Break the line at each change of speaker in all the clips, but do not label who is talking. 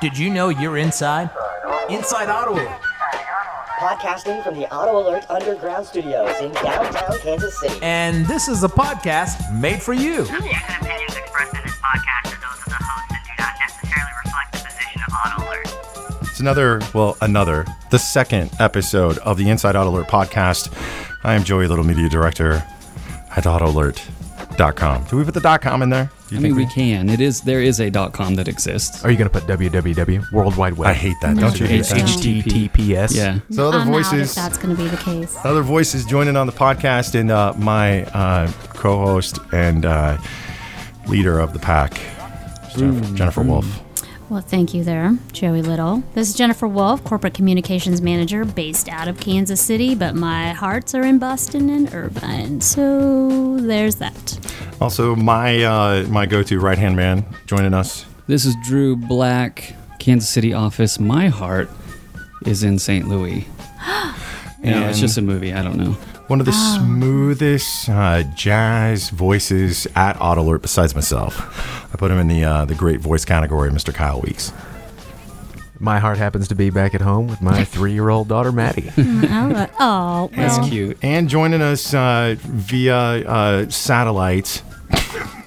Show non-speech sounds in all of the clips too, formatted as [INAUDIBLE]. Did you know you're inside? Inside Ottawa.
Podcasting from the Auto Alert Underground Studios in downtown Kansas City.
And this is a podcast made for you.
The views and opinions expressed in this podcast are those of the host and do not necessarily reflect the position of Auto Alert.
It's another, well, another, the second episode of the Inside Auto Alert podcast. I am Joey Little, media director at autoalert.com. Do we put the dot .com in there? Do you
I mean, we can. It is there is a .com that exists.
Oh,
Are you going to put www World Wide Web?
I hate that, don't you?
No.
hate
It's
that?
H-
HTTPS.
Yeah.
So other
I'm out if
voices,
that's going to be the case.
other voices joining on the podcast, and uh, my uh, co-host and uh, leader of the pack,
Mm-hmm.
Jennifer, Jennifer Wolf.
Well, thank you there, Joey Little. This is Jennifer Wolf, Corporate Communications Manager based out of Kansas City, but my hearts are in Boston and Irvine. So there's that.
Also, my uh, my go-to right-hand man joining us.
This is Drew Black, Kansas City office. My heart is in St.
[GASPS]
Louis. no, it's just a movie. I don't know.
One of the smoothest uh, jazz voices at Auto Alert besides myself. I put him in the uh, the great voice category, Mr. Kyle Weeks.
My heart happens to be back at home with my three-year-old daughter Maddie.
All
[LAUGHS]
right. Oh,
That's
well,
cute.
And joining us uh, via uh, satellite. [LAUGHS]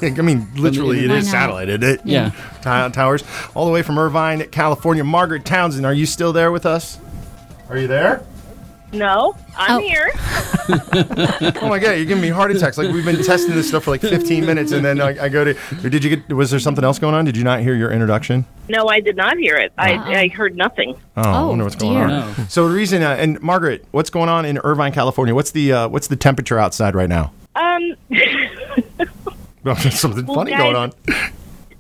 I mean, literally, it
Why
is
not?
satellite, isn't it?
Yeah.
Ti- towers, all the way from Irvine, California. Margaret Townsend, are you still there with us? Are you there?
No, I'm
Oh.
here.
Oh my god, you're giving me heart attacks. Like we've been testing this stuff for like 15 minutes, and then I, I go to. Or did you get? Was there something else going on? Did you not hear your introduction?
No, I did not hear it. I, I heard nothing.
Oh, I
Oh,
wonder what's going
dear.
on.
No.
So the reason, uh, and Margaret, what's going on in Irvine, California? What's the uh, what's the temperature outside right now? [LAUGHS]
Um, [LAUGHS]
There's something
Well,
funny
guys-
going on.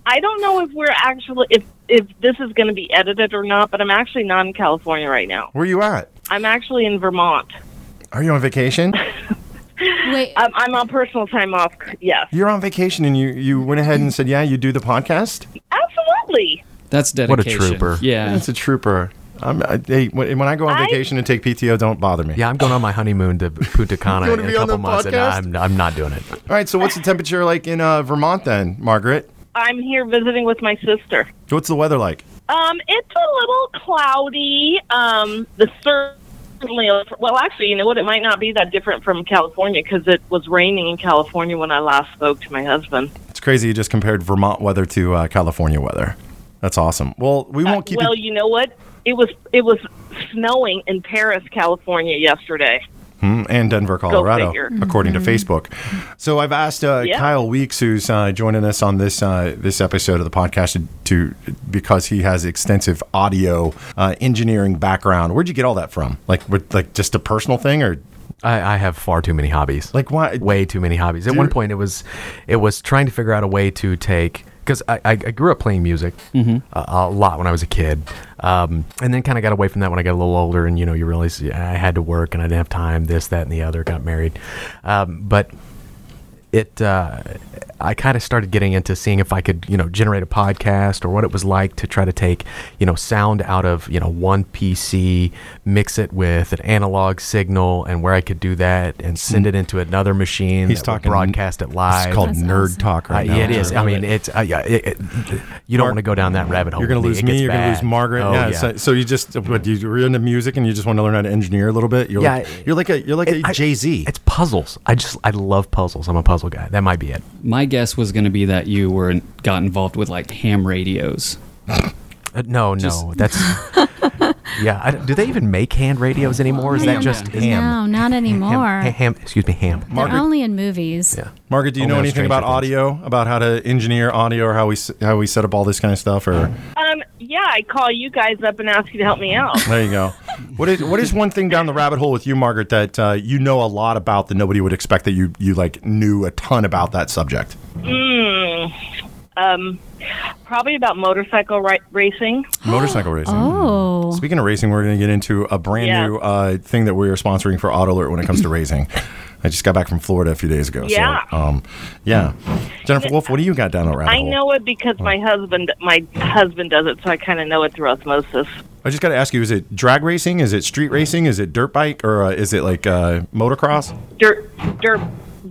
I don't know if we're actually if if this is going to be edited or not, but I'm actually not in California right now.
Where you at?
I'm actually in Vermont.
Are you on vacation?
wait.
I'm, I'm on personal time off. Yes,
You're on vacation, and you you went ahead and said, "Yeah, you do the podcast."
absolutely.
That's
a
dedication.
trooper.
Yeah.
That's a trooper. I'm, I, hey, when when I go on
I-
vacation and take PTO, don't bother me.
yeah, I'm going on my honeymoon
[LAUGHS]
to Punta Cana
You wanna
in a
be on the
couple months, and
podcast?
I'm, I'm not doing it.
All right. So what's the temperature like in uh, Vermont then, Margaret?
I'm here visiting with my sister.
What's the weather like?
Um, it's a little cloudy. Um, the certainly well, actually, you know what? It might not be that different from California because it was raining in California when I last spoke to my husband.
It's crazy. You just compared Vermont weather to uh, California weather. That's awesome. Well, we won't keep.
Uh, well,
it,
you know what? It was it was snowing in Paris, California yesterday.
Mm, and Denver, Colorado,
figure. Mm-hmm.
according to Facebook. So I've asked uh,
Yeah.
Kyle Weeks, who's uh, joining us on this uh, this episode of the podcast, to because he has extensive audio uh, engineering background. Where'd you get all that from? Like, with, like just a personal thing, or
I, I have far too many hobbies.
like why?
way too many hobbies. At one point, it was it was trying to figure out a way to take because I, I, I grew up playing music
Mm-hmm.
a, a lot when I was a kid, um, and then kind of got away from that when I got a little older, and you know you realize yeah, I had to work and I didn't have time. This, that, and the other. Got married, um, but it uh, I kind of started getting into seeing if I could you know generate a podcast or what it was like to try to take you know sound out of you know one PC mix it with an analog signal and where I could do that and send it into another machine
Mm. He's
that would
talking-
broadcast it
It's
live
called
That's
nerd
awesome.
talk
Uh,
right now.
yeah, it is. I mean, it's uh, yeah. It, it, you don't
Mark,
want to go down that rabbit hole.
You're gonna
with
lose
It gets
me. You're gonna lose
Oh, bad.
Margaret.
Oh,
yeah. So, so you just what, you- you're into music and you just want to learn how to engineer a little bit. You're
Yeah,
like,
it-
you're like a you're like
It-
a
I-
Jay Z.
It's puzzles. I just I love puzzles. I'm a puzzle guy. That might be it.
My guess was going to be that you were got involved with like ham radios.
Uh, no, no, that's yeah. I, don't- do they even make hand radios anymore? Is that
no,
just
no.
ham?
No, not anymore.
Ham, ha- ham- excuse me, ham.
They're only in movies.
Yeah.
Margaret, do you
Only
know
on
anything
Oh, Stranger
about
Things.
audio? About how to engineer audio or how we s- how we set up all this kind of stuff? Or
Um, yeah, I call you guys up and ask you to help me out.
[LAUGHS] there you go. What is what is one thing down the rabbit hole with you, Margaret, that uh, you know a lot about that nobody would expect that you you like knew a ton about that
[GASPS]
subject?
Probably about motorcycle ri- racing.
Motorcycle racing.
Oh.
Speaking of racing, we're going to get into a brand
Yeah.
new uh, thing that we are sponsoring for Auto Alert when it comes to racing. I just got back from Florida a few days ago.
Yeah.
So, um, yeah. Jennifer Wolf, what do you got down that rabbit
I
hole?
know it because
Oh.
my husband my husband does it, so I kind of know it through osmosis.
I just got to ask you: Is it drag racing? Is it street racing? Is it dirt bike? Or uh, is it like uh, motocross?
Dirt, dirt,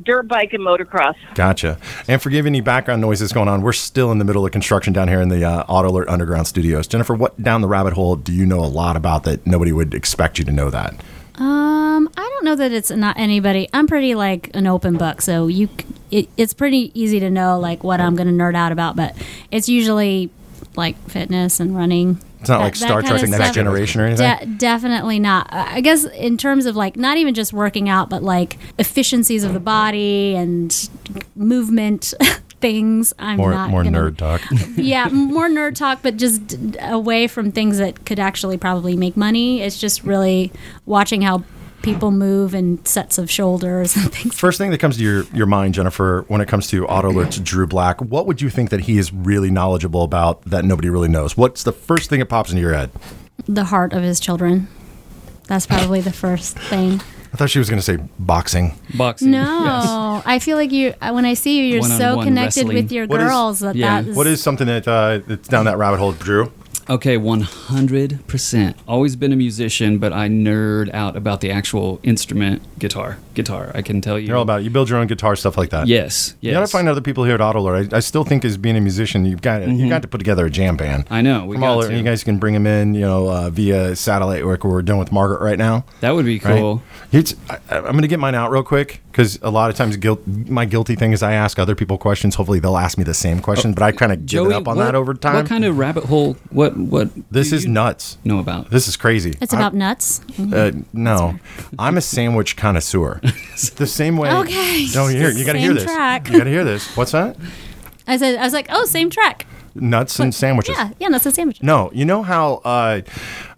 dirt bike and motocross.
Gotcha. And forgive any background noise that's going on. We're still in the middle of construction down here in the uh, Auto Alert Underground Studios. Jennifer, what down the rabbit hole do you know a lot about that nobody would expect you to know that?
Um, I don't know that it's not anybody. I'm pretty like an open book, so you, c- it, it's pretty easy to know like what I'm going to nerd out about. But it's usually like fitness and running.
It's not like Star Trek Next Generation or anything.
De- definitely not. I I guess in terms of like not even just working out, but like efficiencies of the body and movement [LAUGHS] things. I'm
more
not
more
gonna-
nerd
[LAUGHS]
talk.
yeah, m- more nerd talk, but just d- d- away from things that could actually probably make money. It's just really watching how people move and sets of shoulders and [LAUGHS] things.
First thing that comes to your, your mind, Jennifer, when it comes to Auto Alert's Drew Black, what would you think that he is really knowledgeable about that nobody really knows? What's the first thing that pops into your head?
The heart of his children. That's probably the first thing.
I thought she was going to say boxing.
Boxing. Yes.
No, I feel like you. I- When I see you, you're so
One-on-one
connected
wrestling.
with your
What is-
girls that
Yeah.
that is.
What is something that uh, that's down that rabbit hole, Drew?
Okay, 100%. Always been a musician, but I nerd out about the actual instrument guitar. Guitar, I can tell you.
You're all about you build your own guitar stuff like that.
Yes. Yes.
You got to find other people here at Autolord. I, I still think as being a musician, you've got to, you got to put together a jam band.
Mm-hmm. I know, we
From
got
all
to.
you guys can bring them in, you know, uh, via satellite work. We're doing with Margaret right now.
That would be
right?
cool.
It's- I, I'm going to get mine out real quick because a lot of times guilt, my guilty thing is I ask other people questions. Hopefully they'll ask me the same questions, but I kind of give it up on
what-
that over time.
What kind of rabbit hole? What what
this is nuts.
know about?
This is crazy.
It's
I'm-
about nuts.
Uh, no, I'm a sandwich
[LAUGHS]
connoisseur. the same way.
Okay.
No, here you got to hear
Same
this.
track.
You got to hear this. What's that?
I said. I was like, oh, same track.
Nuts and sandwiches.
Yeah, yeah, that's a sandwich.
No, you know how, uh,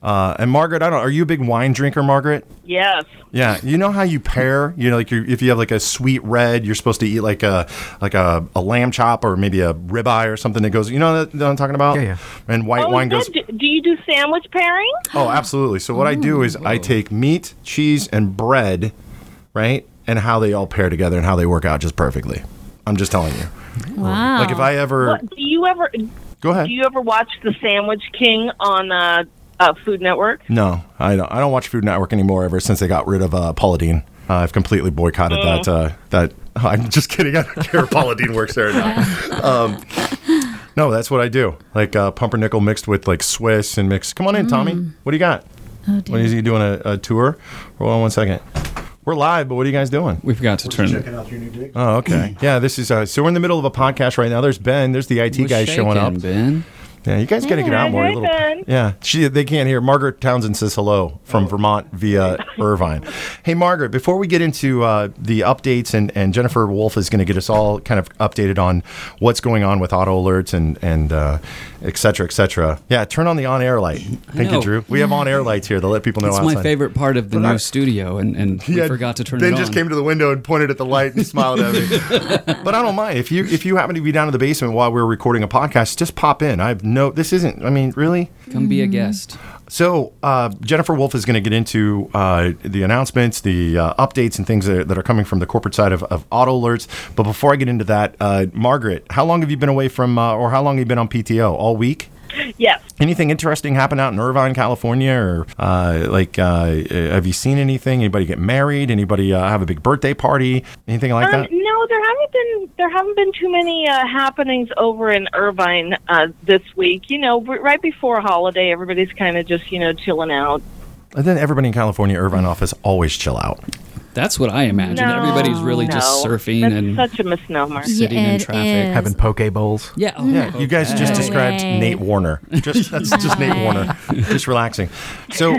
uh, and Margaret, I don't. Are you a big wine drinker, Margaret?
Yes.
Yeah, you know how you pair. You know, like you if you have like a sweet red, you're supposed to eat like a like a, a lamb chop or maybe a ribeye or something that goes. You know that, that I'm talking about?
Yeah, yeah.
And white
Oh,
wine
good.
goes.
Do, do you do sandwich pairing?
Oh, absolutely. So what I do is I take meat, cheese, and bread, right, and how they all pair together and how they work out just perfectly. I'm just telling you.
Wow.
Like if I ever
What, Uh, do you ever
go ahead.
do you ever watch The Sandwich King on uh, uh, Food Network?
No, I don't. I don't watch Food Network anymore. Ever since they got rid of uh, Paula Dean, uh, I've completely boycotted that. Uh, that [LAUGHS] I'm just kidding. I don't care. if Paula Dean works there now. Um, no, that's what I do. Like uh, pumpernickel mixed with like Swiss and mixed. Come on in, Tommy. What do you got?
oh, dear.
What is he doing a, a tour? Hold on one second. We're live, but what are you guys doing?
We forgot to turn. it.
Oh, okay. yeah, this is. Uh, so we're in the middle of a podcast right now. There's Ben. There's the IT
We're
guy showing up.
shaking, Ben.
Yeah, you guys got to get out more.
Hi,
you little,
Ben.
yeah, she they can't hear. Margaret Townsend says hello from Vermont via Irvine. Hey, Margaret, before we get into uh, the updates, and, and Jennifer Wolf is going to get us all kind of updated on what's going on with auto alerts and and uh, et cetera, et cetera. Yeah, turn on the on air light. Thank you,
know.
Drew. We have on air lights here to let people know.
It's
outside.
my favorite part of the
But I-
new studio, and and
[LAUGHS]
we
Yeah,
forgot to turn
Ben
it
just
on.
came to the window and pointed at the light and smiled at me. [LAUGHS] but I don't mind if you if you happen to be down in the basement while we're recording a podcast, just pop in. I've no, this isn't. I mean, really.
Come be a
Mm.
guest.
So uh, Jennifer Wolf is going to get into uh, the announcements, the uh, updates, and things that are, that are coming from the corporate side of, of Auto Alerts. But before I get into that, uh, Margaret, how long have you been away from, uh, or how long have you been on PTO? All week.
Yes.
Anything interesting happen out in Irvine, California, or uh, like uh, have you seen anything? Anybody get married? Anybody uh, have a big birthday party? Anything like
Um,
that?
no, there haven't been there haven't been too many uh, happenings over in Irvine uh, this week. You know, r- right before holiday, everybody's kind of just you know chilling out.
And then everybody in California Irvine office always chill out.
That's what I imagined. Everybody's really just
no.
surfing
That's
and
such a misnomer.
sitting in
it
traffic.
is.
Having poke bowls.
yeah.
Mm.
oh,
Yeah, you guys just
okay.
described
way.
Nate Warner. Just that's just Nate
No
Warner. Just relaxing. So,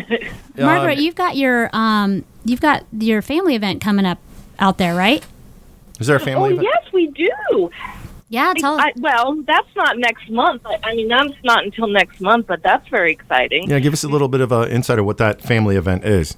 Margaret,
uh,
you've got your um, you've got your family event coming up out there, right?
is there a
Oh
family? event?
yes, we do.
Yeah, tell
I, well, that's not next month. I, I mean, that's not until next month, but that's very exciting.
Yeah, give us a little bit of an insight of what that family event is.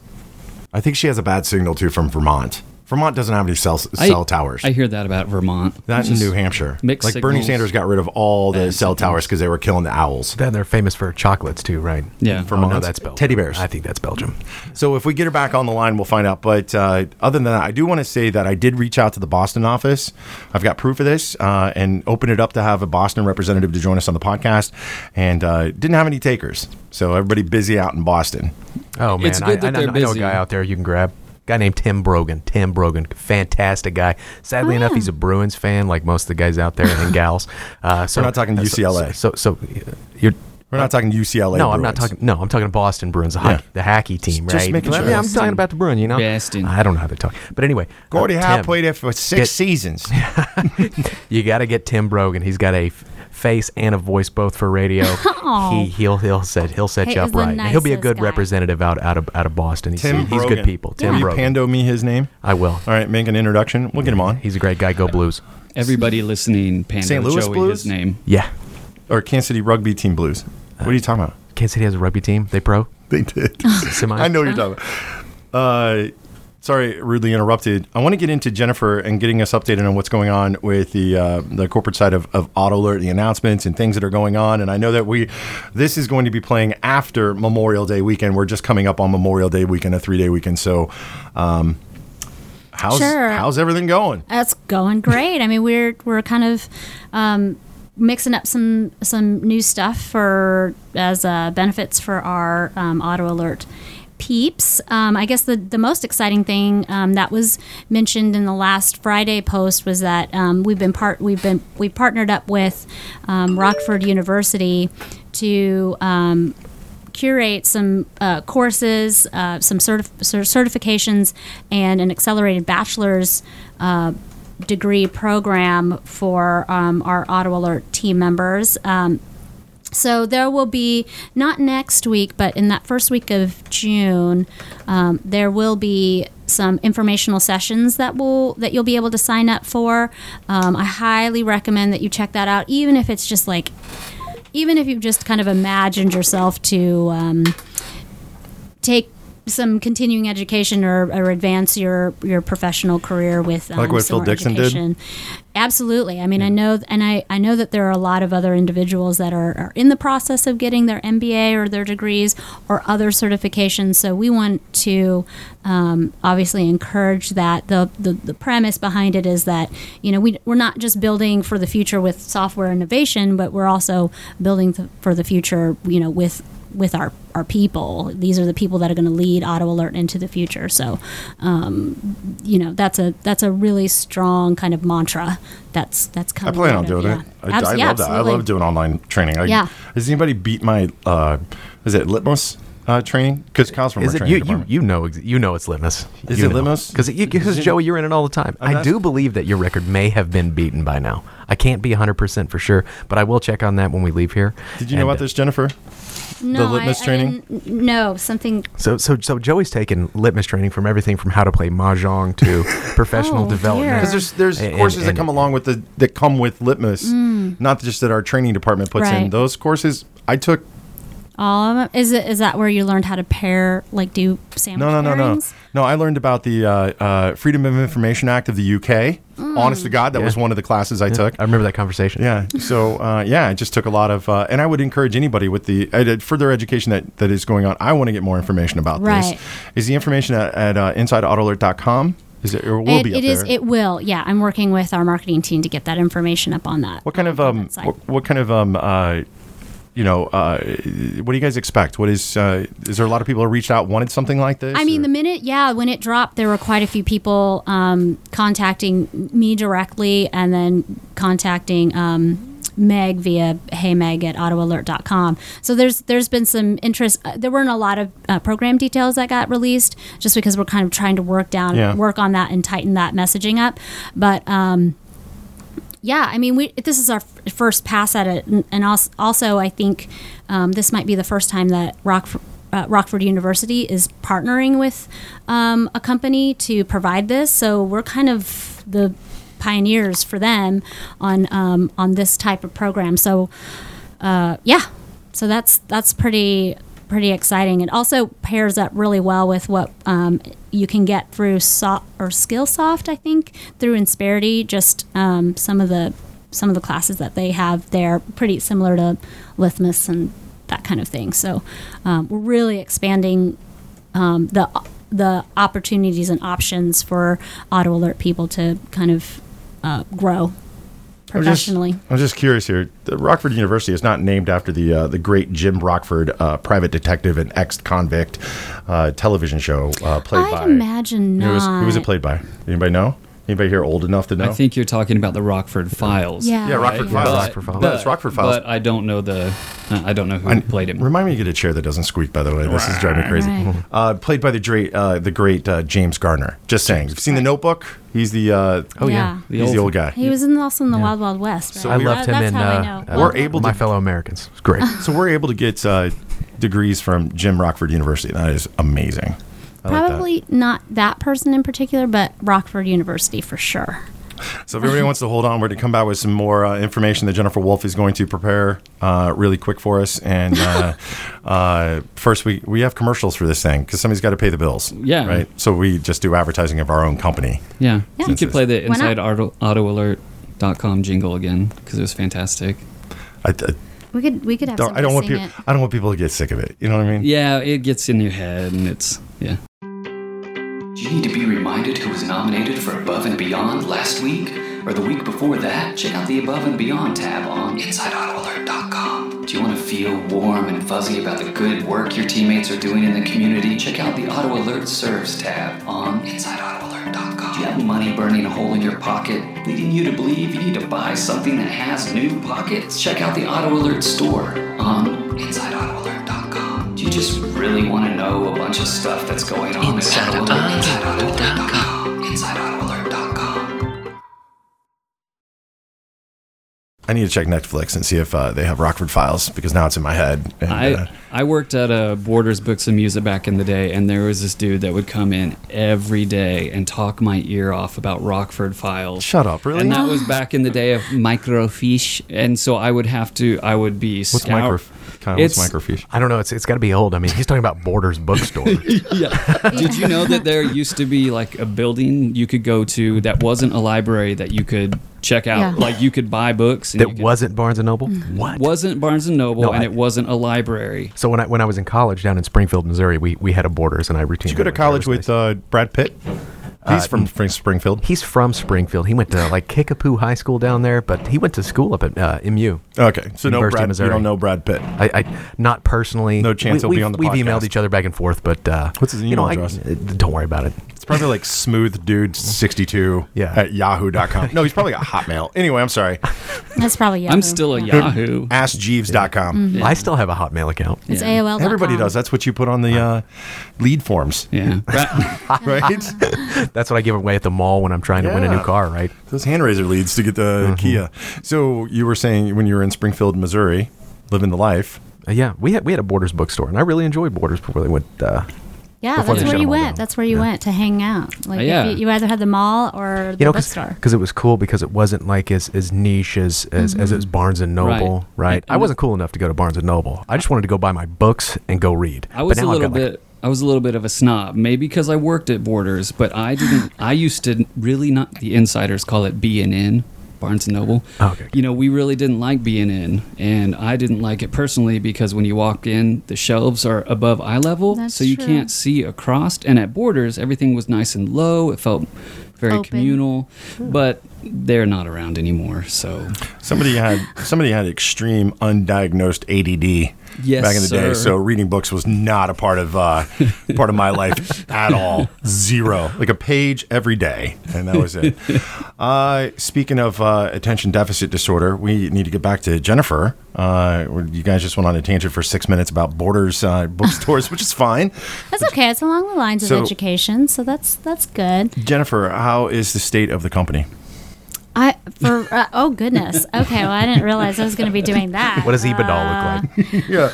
I think she has a bad signal too from Vermont. Vermont doesn't have any cell
I-
cell towers.
I hear that about Vermont.
That's in New Hampshire.
mixed
like Bernie
signals.
Sanders got rid of all the cell towers because they were killing the owls.
Then they're famous for chocolates too, right?
Yeah.
Oh, no,
Vermont.
that's Belgium.
Teddy bears.
I think that's Belgium.
So if we get her back on the line, we'll find out. But uh, other than that, I do want to say that I did reach out to the Boston office. I've got proof of this uh, and opened it up to have a Boston representative to join us on the podcast, and uh, didn't have any takers. So everybody busy out in Boston.
Oh man,
It's good that
I,
they're
I, I know a
busy.
guy out there you can grab. guy named Tim Brogan. Tim Brogan, fantastic guy. Sadly
Ah.
enough, he's a Bruins fan, like most of the guys out there and gals. Uh, so
We're not talking
so-
UCLA.
So, so, you're.
We're not talking UCLA.
No, I'm not
Bruins.
talking. No, I'm talking Boston Bruins, the, hockey, the hacky team,
Just
right?
making
Yeah,
sure.
I'm talking about the Bruins, you know.
Boston.
I don't know how to talk, but anyway,
Gordie
uh,
Howe
Tim,
played there for six
Get- [LAUGHS]
seasons.
You got to get Tim Brogan. He's got a f- face and a voice both
[LAUGHS]
for radio. he he'll he'll set he'll set
He
you
is
up
the
right. And He'll be a
nicest
good
guy.
representative out out of out of Boston. He's,
Tim
he's good
Brogan.
people. Tim
Will you
Brogan.
pando me his name?
I will.
All right, make an introduction. We'll get him on.
He's a great guy. Go Blues.
Everybody listening, Panda
St. Louis
Joey,
Blues?
his name.
Yeah.
Or Kansas City Rugby Team Blues. What are you talking about?
Kansas City has a rugby team. They pro.
They did.
Semi.
[LAUGHS] I know what you're talking about. Uh, sorry, rudely interrupted. I want to get into Jennifer and getting us updated on what's going on with the uh, the corporate side of, of Auto Alert, the announcements and things that are going on. And I know that we this is going to be playing after Memorial Day weekend. We're just coming up on Memorial Day weekend, a three day weekend. So, um, how's
Sure.
how's everything going?
That's going great. I mean, we're we're kind of um, mixing up some some new stuff for as uh, benefits for our um, auto alert peeps. Um, I guess the the most exciting thing um, that was mentioned in the last Friday post was that um, we've been part we've been we partnered up with um, Rockford University to um, curate some uh, courses, uh, some certif- cer- certifications, and an accelerated bachelor's uh, degree program for um, our Auto Alert team members. Um, so there will be not next week, but in that first week of June, um, there will be some informational sessions that will that you'll be able to sign up for. Um, I highly recommend that you check that out, even if it's just like even if you've just kind of imagined yourself to um, take some continuing education or, or advance your your professional career with um,
Like what Phil
some more
Dixon did?
education. Absolutely. I mean, I know, and I, I know that there are a lot of other individuals that are, are in the process of getting their MBA or their degrees or other certifications. So we want to um, obviously encourage that. The, the The premise behind it is that you know we we're not just building for the future with software innovation, but we're also building th- for the future. You know, with with our, our people. These are the people that are going to lead Auto Alert into the future. So, um, you know, that's a that's a really strong kind of mantra. That's that's
I
coming.
plan
out
on
of-
doing
yeah.
it. I,
Abs-
I
yeah,
love that. I love
absolutely.
doing online training. I,
Yeah.
Has anybody beat my, uh, is it Litmos uh, training? Because Kyle's from our
Is it
training
you? You,
department.
you know ex- you know it's litmus.
Is
you
it litmus?
Because because Joey, you're in it all the time. I
that's-
do believe that your record may have been beaten by now. I can't be 100 percent for sure, but I will check on that when we leave here.
Did you know
And,
about
uh,
this, Jennifer?
No, I-
litmus
I
training?
didn't- no, something.
So so so Joey's taken litmus training from everything from how to play
[LAUGHS]
mahjong to professional
Oh,
development.
dear.
Because there's there's
And-
courses
and-
that come along with the that come with litmus, not just that our training department puts in.
Mm. Right.
Those courses I took.
Um, is it is that where you learned how to pair like do sandwich
No, no, no, no,
pairings?
no. I learned about the uh, uh, Freedom of Information Act of the UK.
Mm.
Honest to God, that was one of the classes I took.
I remember that conversation.
Yeah. So uh, yeah, I just took a lot of, uh, and I would encourage anybody with the uh, the further education that, that is going on. I want to get more information about
Right.
this. Is the information at, at uh, insideautoalert.com? Is it or will
it,
be up
it is.
there?
It will. Yeah, I'm working with our marketing team to get that information up on that.
What kind of um?
website.
What, what kind of um? Uh, you know, uh, what do you guys expect? What is uh, is there a lot of people who reached out wanted something like this?
I mean,
or-
the minute, yeah, when it dropped, there were quite a few people um, contacting me directly and then contacting um, Meg via Hey Meg at AutoAlert.com. So there's there's been some interest. Uh, there weren't a lot of uh, program details that got released, just because we're kind of trying to work down,
Yeah.
work on that, and tighten that messaging up. But um, yeah, I mean, we this is our f- first pass at it, and, and also, also I think um, this might be the first time that Rockford. Uh, Rockford University is partnering with um, a company to provide this, so we're kind of the pioneers for them on um, on this type of program. So, uh, yeah, so that's that's pretty pretty exciting. It also pairs up really well with what um, you can get through so- or Skillsoft, I think, through Insperity. Just um, some of the some of the classes that they have there, pretty similar to Lithmus and that kind of thing. So um, we're really expanding um, the the opportunities and options for auto alert people to kind of uh, grow.
I'm just,
professionally.
I'm just curious here. The Rockford University is not named after the uh, the great Jim Rockford, uh, private detective and ex convict, uh, television show uh, played by.
I'd imagine not.
Who was, who was it played by? Anybody know? Anybody here old enough to know?
I think you're talking about the Rockford Files.
Yeah.
yeah, Rockford
Right?
Files.
But-
Rockford Files.
but-
No, it's Rockford Files.
But I don't know the. uh, I don't know who played him.
Remind me to get a chair that doesn't squeak. By the way, this is driving me crazy.
Right.
Uh, played by the great, uh, the great uh, James Garner. Just saying. You've seen The Notebook? He's the uh,
Oh, yeah.
The
he's the
old-
old guy.
He was in also in the Wild Wild West. Right?
I left him
that's
in.
how I
Uh,
know.
uh,
Wild
We're able
my
to-
fellow Americans.
[LAUGHS]
It's great.
So we're able to get uh, degrees from Jim Rockford University. That is amazing. I like that.
Probably not that person in particular, but Rockford University for sure.
So if
[LAUGHS]
everybody wants to hold on, we're going to come back with some more uh, information that Jennifer Wolf is going to prepare uh, really quick for us. And
[LAUGHS]
uh, uh, first, we, we have commercials for this thing because somebody's got to pay the bills.
Yeah.
Right? So we just do advertising of our own company.
Yeah.
Yeah.
You could play the
Why not?
inside auto, autoalert.com jingle again because it was fantastic.
I, I
We could we could have
don't, I,
somebody
don't want
sing
people, I don't want people to get sick of it. You know what I mean?
Yeah, it gets in your head and it's yeah.
Do you need to be reminded who was nominated for Above and Beyond last week? Or the week before that? Check out the Above and Beyond tab on InsideAutoAlert.com. Do you want to feel warm and fuzzy about the good work your teammates are doing in the community? Check out the Auto Alert Serves tab on InsideAutoAlert.com. Do you have money burning a hole in your pocket, leading you to believe you need to buy something that has new pockets? Check out the Auto Alert store on InsideAutoAlert.com. Do you just really want to know a bunch of stuff that's going on? Inside InsideAutoAlert.com. InsideAutoAlert.com.
I need to check Netflix and see if uh, they have Rockford Files because now it's in my head. And, uh,
I I worked at a Borders Books and Music back in the day, and there was this dude that would come in every day and talk my ear off about Rockford Files.
Shut up, really?
And that was back in the day of microfiche, and so I would have to. I would be
What's
scour-
micro? Kyle, what's
It's-
microfiche?
I don't know. It's it's got to be old. I mean, he's talking about Borders
[LAUGHS]
Bookstore.
Yeah. [LAUGHS] Did you know that there used to be like a building you could go to that wasn't a library that you could check out?
Yeah.
Like you could buy books. And
that
you could-
wasn't Barnes and Noble. What?
wasn't Barnes and Noble,
No,
and
I-
it wasn't a library.
So when I when I was in college down in Springfield, Missouri, we, we had a Borders, and I routinely.
Did you go to
went there.
college
It was
with
nice.
uh, Brad Pitt? Uh, He's from Spring- Springfield.
He's from Springfield. He went to like Kickapoo High School down there, but he went to school up at uh, MU.
Okay, so no
University of
Brad. You
Missouri.
don't know Brad Pitt.
I, I not personally.
No chance he'll be
we've-
on the
We've
podcast.
emailed each other back and forth, but uh,
What's his
you know,
email
I-
address?
uh, don't worry about it.
It's probably like smooth dude 62
Yeah.
at yahoo.com. No, he's probably got Hotmail. Anyway, I'm sorry.
That's probably Yahoo.
I'm still a
yeah.
[LAUGHS]
Yahoo.
AskJeeves.com.
I still have a Hotmail account.
It's
Yeah.
AOL.
Everybody does. That's what you put on the uh, lead forms,
Yeah. Bra-
right?
[LAUGHS] That's what I give away at the mall when I'm trying to win a new
Yeah.
car, right?
Those hand raiser leads to get the Kia. So you were saying when you were in Springfield, Missouri, living the life.
Uh, yeah, we had we had a Borders bookstore, and I really enjoyed Borders before they went. Uh,
Yeah,
Before
that's
they
where
shut
you
them all
went.
down.
That's where you
Yeah.
went to hang out. Like if
Oh, yeah.
you, you either had the mall or the
you know,
bookstore.
because it was cool because it wasn't like as, as niche as as, as
Mm-hmm.
it was Barnes and
Right.
Noble, right?
And-
I wasn't cool enough to go to Barnes and Noble. I just wanted to go buy my books and go read.
I was
But
a
now I've
little
got, like,
bit. I was a little bit of a snob, maybe because I worked at Borders, but I didn't. I used to really not. The insiders call it B and N, Barnes and Noble.
Oh, Okay.
You know, we really didn't like B and N, and I didn't like it personally because when you walk in, the shelves are above eye level,
That's
so you
true.
can't see across. And at Borders, everything was nice and low. It felt very
Open.
communal, but they're not around anymore. So
Somebody had somebody had extreme undiagnosed ADD
Yes,
back in the day.
sir.
So reading books was not a part of uh, part
[LAUGHS]
of my life at all. Zero, like a page every day, and that was
[LAUGHS]
it. Uh, speaking of uh, attention deficit disorder, we need to get back to Jennifer. Uh, you guys just went on a tangent for six minutes about borders uh, bookstores, which is fine.
That's okay. It's along the lines
So-
of education, so that's that's good.
Jennifer, how is the state of the company?
I for uh, oh goodness. Okay, well I didn't realize I was going to be doing that.
What does EBITDA
Ah.
look like?
Yeah,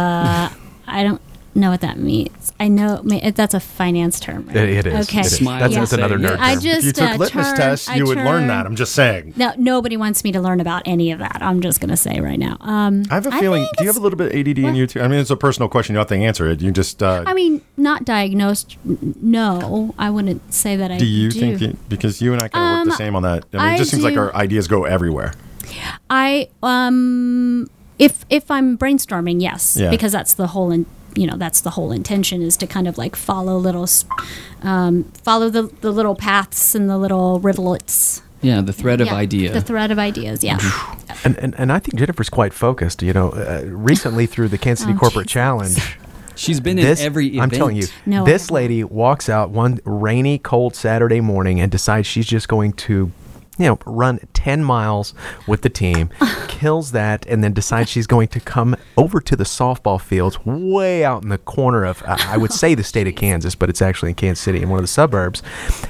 I don't know what that means. I know ma- it- that's a finance term. Right?
It, it is.
Okay.
It is.
Smile
That's,
and
that's
say
another nerd.
yes.
I
term.
just
if you took
uh,
litmus
turned-
tests, you
I
would learn
turned-
that. I'm just saying.
No, nobody wants me to learn about any of that. I'm just going to say right now. Um,
I have a feeling.
think
do you
it's-
have a little bit of ADD in you too? I mean, it's a personal question. You don't have to answer it. You just. Uh,
I mean, not diagnosed. n- No, I wouldn't say that I
do you think you, because you and I kind of work
Um,
the same on that? I mean, it
I
just seems like
do-
our ideas go everywhere.
I um if if I'm brainstorming, yes,
Yeah.
because that's the whole in, you know that's the whole intention is to kind of like follow little s- um, follow the, the little paths and the little rivulets
Yeah, the thread of
Yeah,
idea.
The thread of ideas, yeah.
And, and, and I think Jennifer's quite focused. You know, uh, recently through the Kansas City
Oh,
Corporate
Jesus.
Challenge,
She's been
this
in every event.
I'm telling you,
No, I
this
haven't.
lady walks out one rainy, cold Saturday morning and decides she's just going to, you know, run 10 miles with
[LAUGHS]
the team, kills that, and then decides she's going to come over to the softball fields way out in the corner of, uh, I would say the
[LAUGHS]
state
Oh,
of Kansas, but it's actually in Kansas City in one of the suburbs,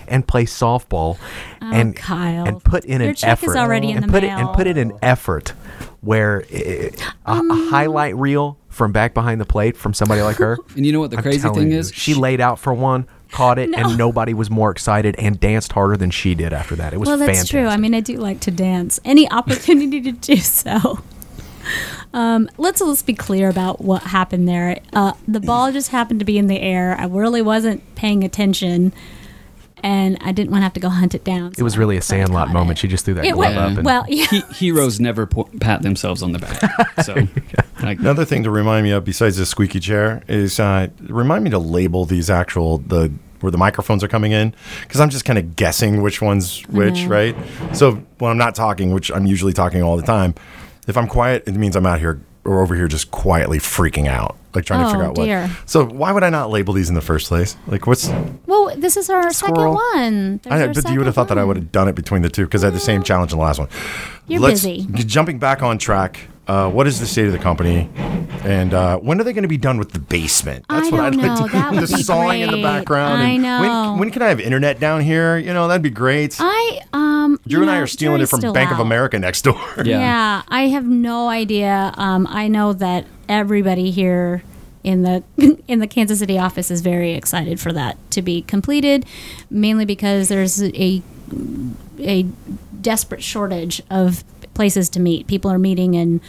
and play softball, and
Oh, Kyle.
and put in
Your
an
check is
effort,
already in
and
the
put it and
mail.
put in
Oh.
an effort where i a a
Um,
highlight reel from back behind the plate from somebody like her.
[LAUGHS] And you know what the
I'm
crazy
telling
thing
you,
is?
She laid out for one, caught it,
No.
and nobody was more excited and danced harder than she did after that. It was
Well, that's
fantastic.
true. I mean, I do like to dance. Any opportunity to do so. [LAUGHS] Um, let's let's be clear about what happened there. Uh, the
[CLEARS THROAT]
ball just happened to be in the air. I really wasn't paying attention, and I didn't want to have to go hunt it down.
it was really a Sandlot moment. She just threw that
It
glove
was-
up. And,
well, yeah.
[LAUGHS]
[LAUGHS]
He- heroes never po- pat themselves on the back. So, like,
Another thing to remind me of, besides the squeaky chair, is uh, remind me to label these actual the where the microphones are coming in, because I'm just kind of guessing which one's which,
Mm-hmm.
right? So when I'm not talking, which I'm usually talking all the time, if I'm quiet, it means I'm out here or over here just quietly freaking out, like trying to
Oh,
figure out
dear.
what. So why would I not label these in the first place? Like what's?
well, this is our
Squirrel.
second one. There's
I know,
our
but you would
second
have thought that I
one.
would have done it between the two because I had the same challenge in the last one.
You're busy.
Jumping back on track, uh, what is the state of the company, and uh, when are they going to be done with the basement?
I
what
don't know.
[LAUGHS]
That would
the
be
sawing in the
great.
background.
I
and
know.
When, when can I have internet down here? You know, that'd be great.
I um.
Drew
you
and I
know,
are stealing it
jury's
from
still
Bank of
out.
America next door. [LAUGHS]
Yeah.
Yeah. I have no idea. Um, I know that everybody here in the [LAUGHS] in the Kansas City office is very excited for that to be completed, mainly because there's a a desperate shortage of places to meet. People are meeting in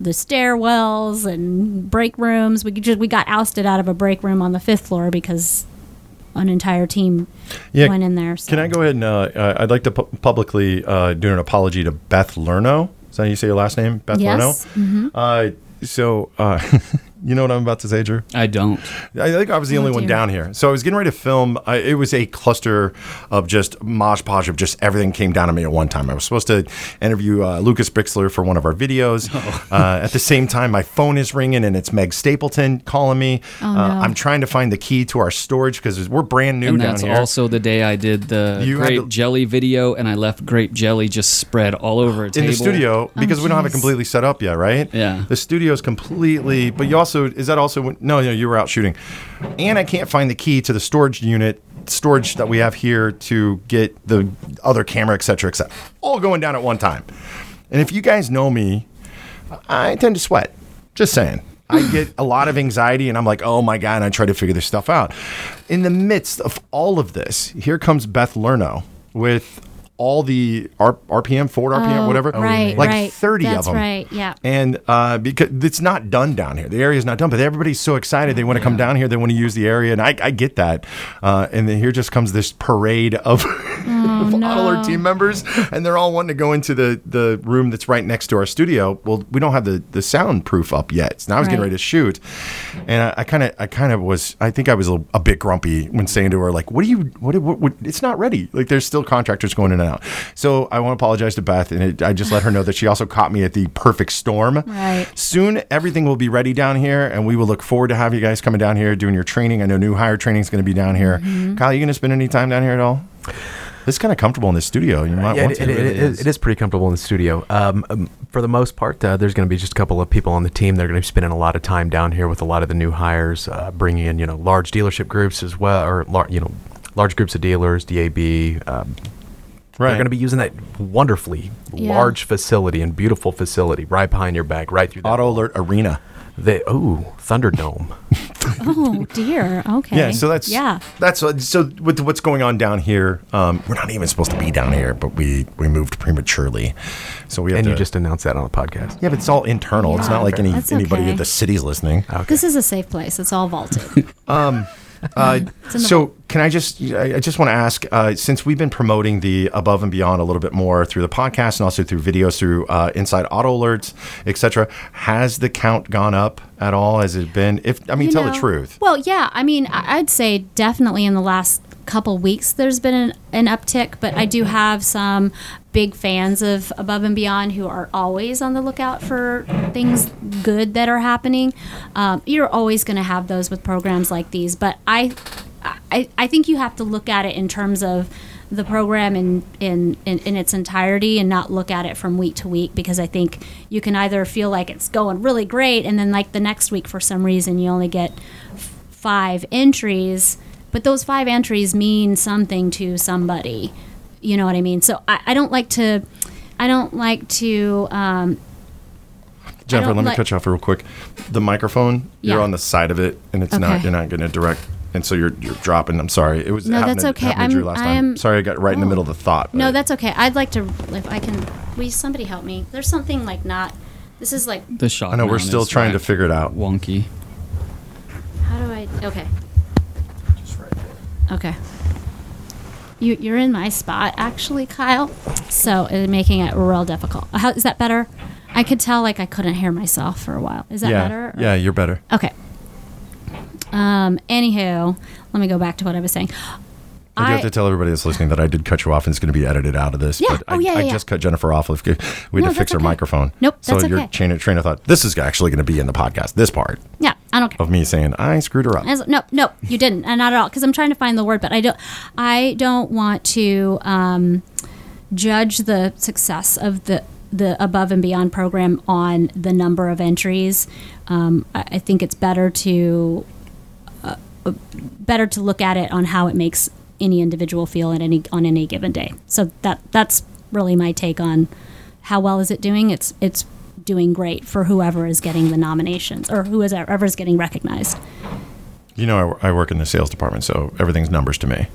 the stairwells and break rooms. We just we got ousted out of a break room on the fifth floor because an entire team
Yeah,
went in there. So.
Can I go ahead and uh, uh, I'd like to pu- publicly uh, do an apology to Beth Lerno. Is that how you say your last name? Beth
Yes. Mm-hmm.
Lerno. Uh, so, uh, [LAUGHS] you know what I'm about to say, Drew?
I don't.
I think I was the only one
dear.
down here. So I was getting ready to film. I, it was a cluster of just mosh posh of just everything came down on me at one time. I was supposed to interview uh, Lucas Brixler for one of our videos. Uh, at the same time, my phone is ringing and it's Meg Stapleton calling me. uh,
no.
I'm trying to find the key to our storage because we're brand new
And
down
that's
here.
also the day I did the
You had
grape
to-
jelly video, and I left grape jelly just spread all over a
in
table.
the studio because we don't have it
jeez.
completely set up yet, right?
Yeah.
The studio's completely, but you also is that also when, no, no, you were out shooting, and I can't find the key to the storage unit storage that we have here to get the other camera, et cetera, et cetera, all going down at one time. And if you guys know me, I tend to sweat. Just saying. I get a lot of anxiety and I'm like, oh my God, and I try to figure this stuff out. In the midst of all of this, here comes Beth Lerno with all the R- RPM, forward RPM, whatever.
Oh, right,
like
right.
30 of
That's
them.
right, yeah.
And uh, because it's not done down here. The area's not done, but everybody's so excited. They want to come down here. They want to use the area. And I, I get that. Uh, and then here just comes this parade of, [LAUGHS]
Oh,
of Auto Alert team members. And they're all wanting to go into the, the room that's right next to our studio. Well, we don't have the, the soundproof up yet. So now I was getting
Right.
ready to shoot. And I kind of I kind of was, I think I was a, a bit grumpy when saying to her, like, what do you, what, what, what, it's not ready. Like, there's still contractors going in and out. So I want to apologize to Beth. And it, I just let her know that she also caught me at the perfect storm.
Right.
Soon, everything will be ready down here, and we will look forward to have you guys coming down here doing your training. I know new hire training is going to be down here. Kyle, you going to spend any time down here at all? It's kind of comfortable in this studio. You might
Yeah,
want
it,
to.
it- it is. it is pretty comfortable in the studio. Um, um, for the most part, uh, there's going to be just a couple of people on the team. They're going to be spending a lot of time down here with a lot of the new hires, uh, bringing in you know large dealership groups as well, or lar- you know large groups of dealers, DAB. Um,
right.
They're going to be using that wonderfully
Yeah.
large facility and beautiful facility right behind your back, right through that.
Auto Alert Arena.
The oh,
[LAUGHS]
Thunderdome.
Oh dear. Okay.
Yeah, so that's
yeah.
That's what- so with what's going on down here. Um, we're not even supposed to be down here, but we we moved prematurely, so we have
and
to.
you just announced that on the podcast.
yeah, but it's all internal. It's not like any
That's
anybody
okay.
at the city's listening.
This is a safe place. It's all vaulted.
Uh,
in the
so can I just I I just want to ask uh, since we've been promoting the above and beyond a little bit more through the podcast and also through videos through uh, Inside Auto Alerts etc. Has the count gone up at all? Has it been? If I mean,
You
tell
know,
the truth.
Well, yeah. I mean, I- I'd say definitely in the last couple weeks there's been an, an uptick, but I do have some big fans of Above and Beyond who are always on the lookout for things good that are happening. Um, you're always going to have those with programs like these, but I, I, I think you have to look at it in terms of the program in, in, in, in its entirety and not look at it from week to week because I think you can either feel like it's going really great and then like the next week for some reason you only get f- five entries, but those five entries mean something to somebody. You know what I mean? So I, I don't like to I don't like to um,
Jennifer,
don't
let me
like-
cut you off real quick. The microphone, you're
Yeah.
on the side of it, and it's not.
Okay.
You're not going to direct, and so you're you're dropping. I'm sorry. It was
No,
happened
that's
to-
okay.
happened to
I'm-
Drew last
I
time.
am-
Sorry, I got right in the
Oh.
middle of the thought.
No,
but-
that's okay. I'd like to if I can will you- somebody help me. There's something like not this is like
The shot.
I know we're
mount
still
is
trying to
whack-
figure it out.
Wonky.
how do I okay. Okay. You, you're in my spot, actually, Kyle. So it's making it real difficult. How is that better? I could tell like I couldn't hear myself for a while. Is that
yeah,
better? or-
yeah, you're better.
Okay. Um. Anywho, let me go back to what I was saying.
I do have to tell everybody that's listening that I did cut you off, and it's going to be edited out of this.
Yeah.
But I,
Oh, yeah,
I
yeah,
just cut Jennifer off. If we had
No,
to fix
that's
her
okay.
microphone.
Nope,
So
that's
your
okay.
train, train of thought. This is actually going to be in the podcast. This part
yeah, I don't care.
of me saying I screwed her up.
As- no, no, you didn't, and not at all. Because I'm trying to find the word, but I don't. I don't want to um, judge the success of the the above and beyond program on the number of entries. Um, I, I think it's better to uh, uh, better to look at it on how it makes any individual feel at any on any given day. So that that's really my take on how well is it doing. It's it's doing great for whoever is getting the nominations or who is whoever is getting recognized.
You know, I, I work in the sales department, so everything's numbers to me.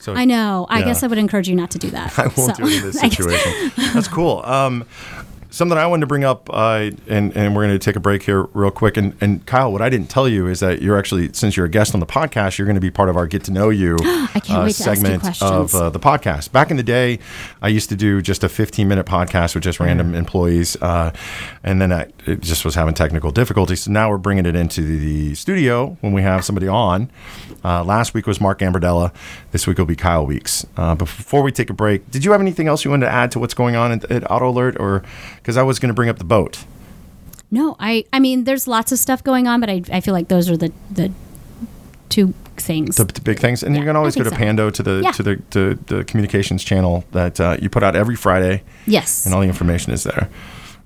So
I know. I
Yeah.
guess I would encourage you not to do
[LAUGHS]
that.
I won't
So,
do it in this
[LAUGHS] I guess-
situation. That's cool. Um, something I wanted to bring up, uh, and and we're going to take a break here real quick. And and Kyle, what I didn't tell you is that you're actually since you're a guest on the podcast, you're going to be part of our get to know you
[GASPS]
uh,
I can't wait to ask you
segment of
questions.
uh, the podcast. Back in the day, I used to do just a 15 minute podcast with just
Mm.
random employees, uh, and then I it just was having technical difficulties. So now we're bringing it into the, the studio when we have somebody on. Uh, last week was Mark Amberdella. This week will be Kyle Weeks. Uh, but before we take a break, did you have anything else you wanted to add to what's going on at, at Auto Alert, or because I was going to bring up the boat?
no, I, I mean, there's lots of stuff going on, but I, I feel like those are the, the two things.
the, the big things. And you can
I
always go
think
to
so.
Pando to the
Yeah.
to the to the communications channel that uh, you put out every Friday.
Yes.
and all the information is there.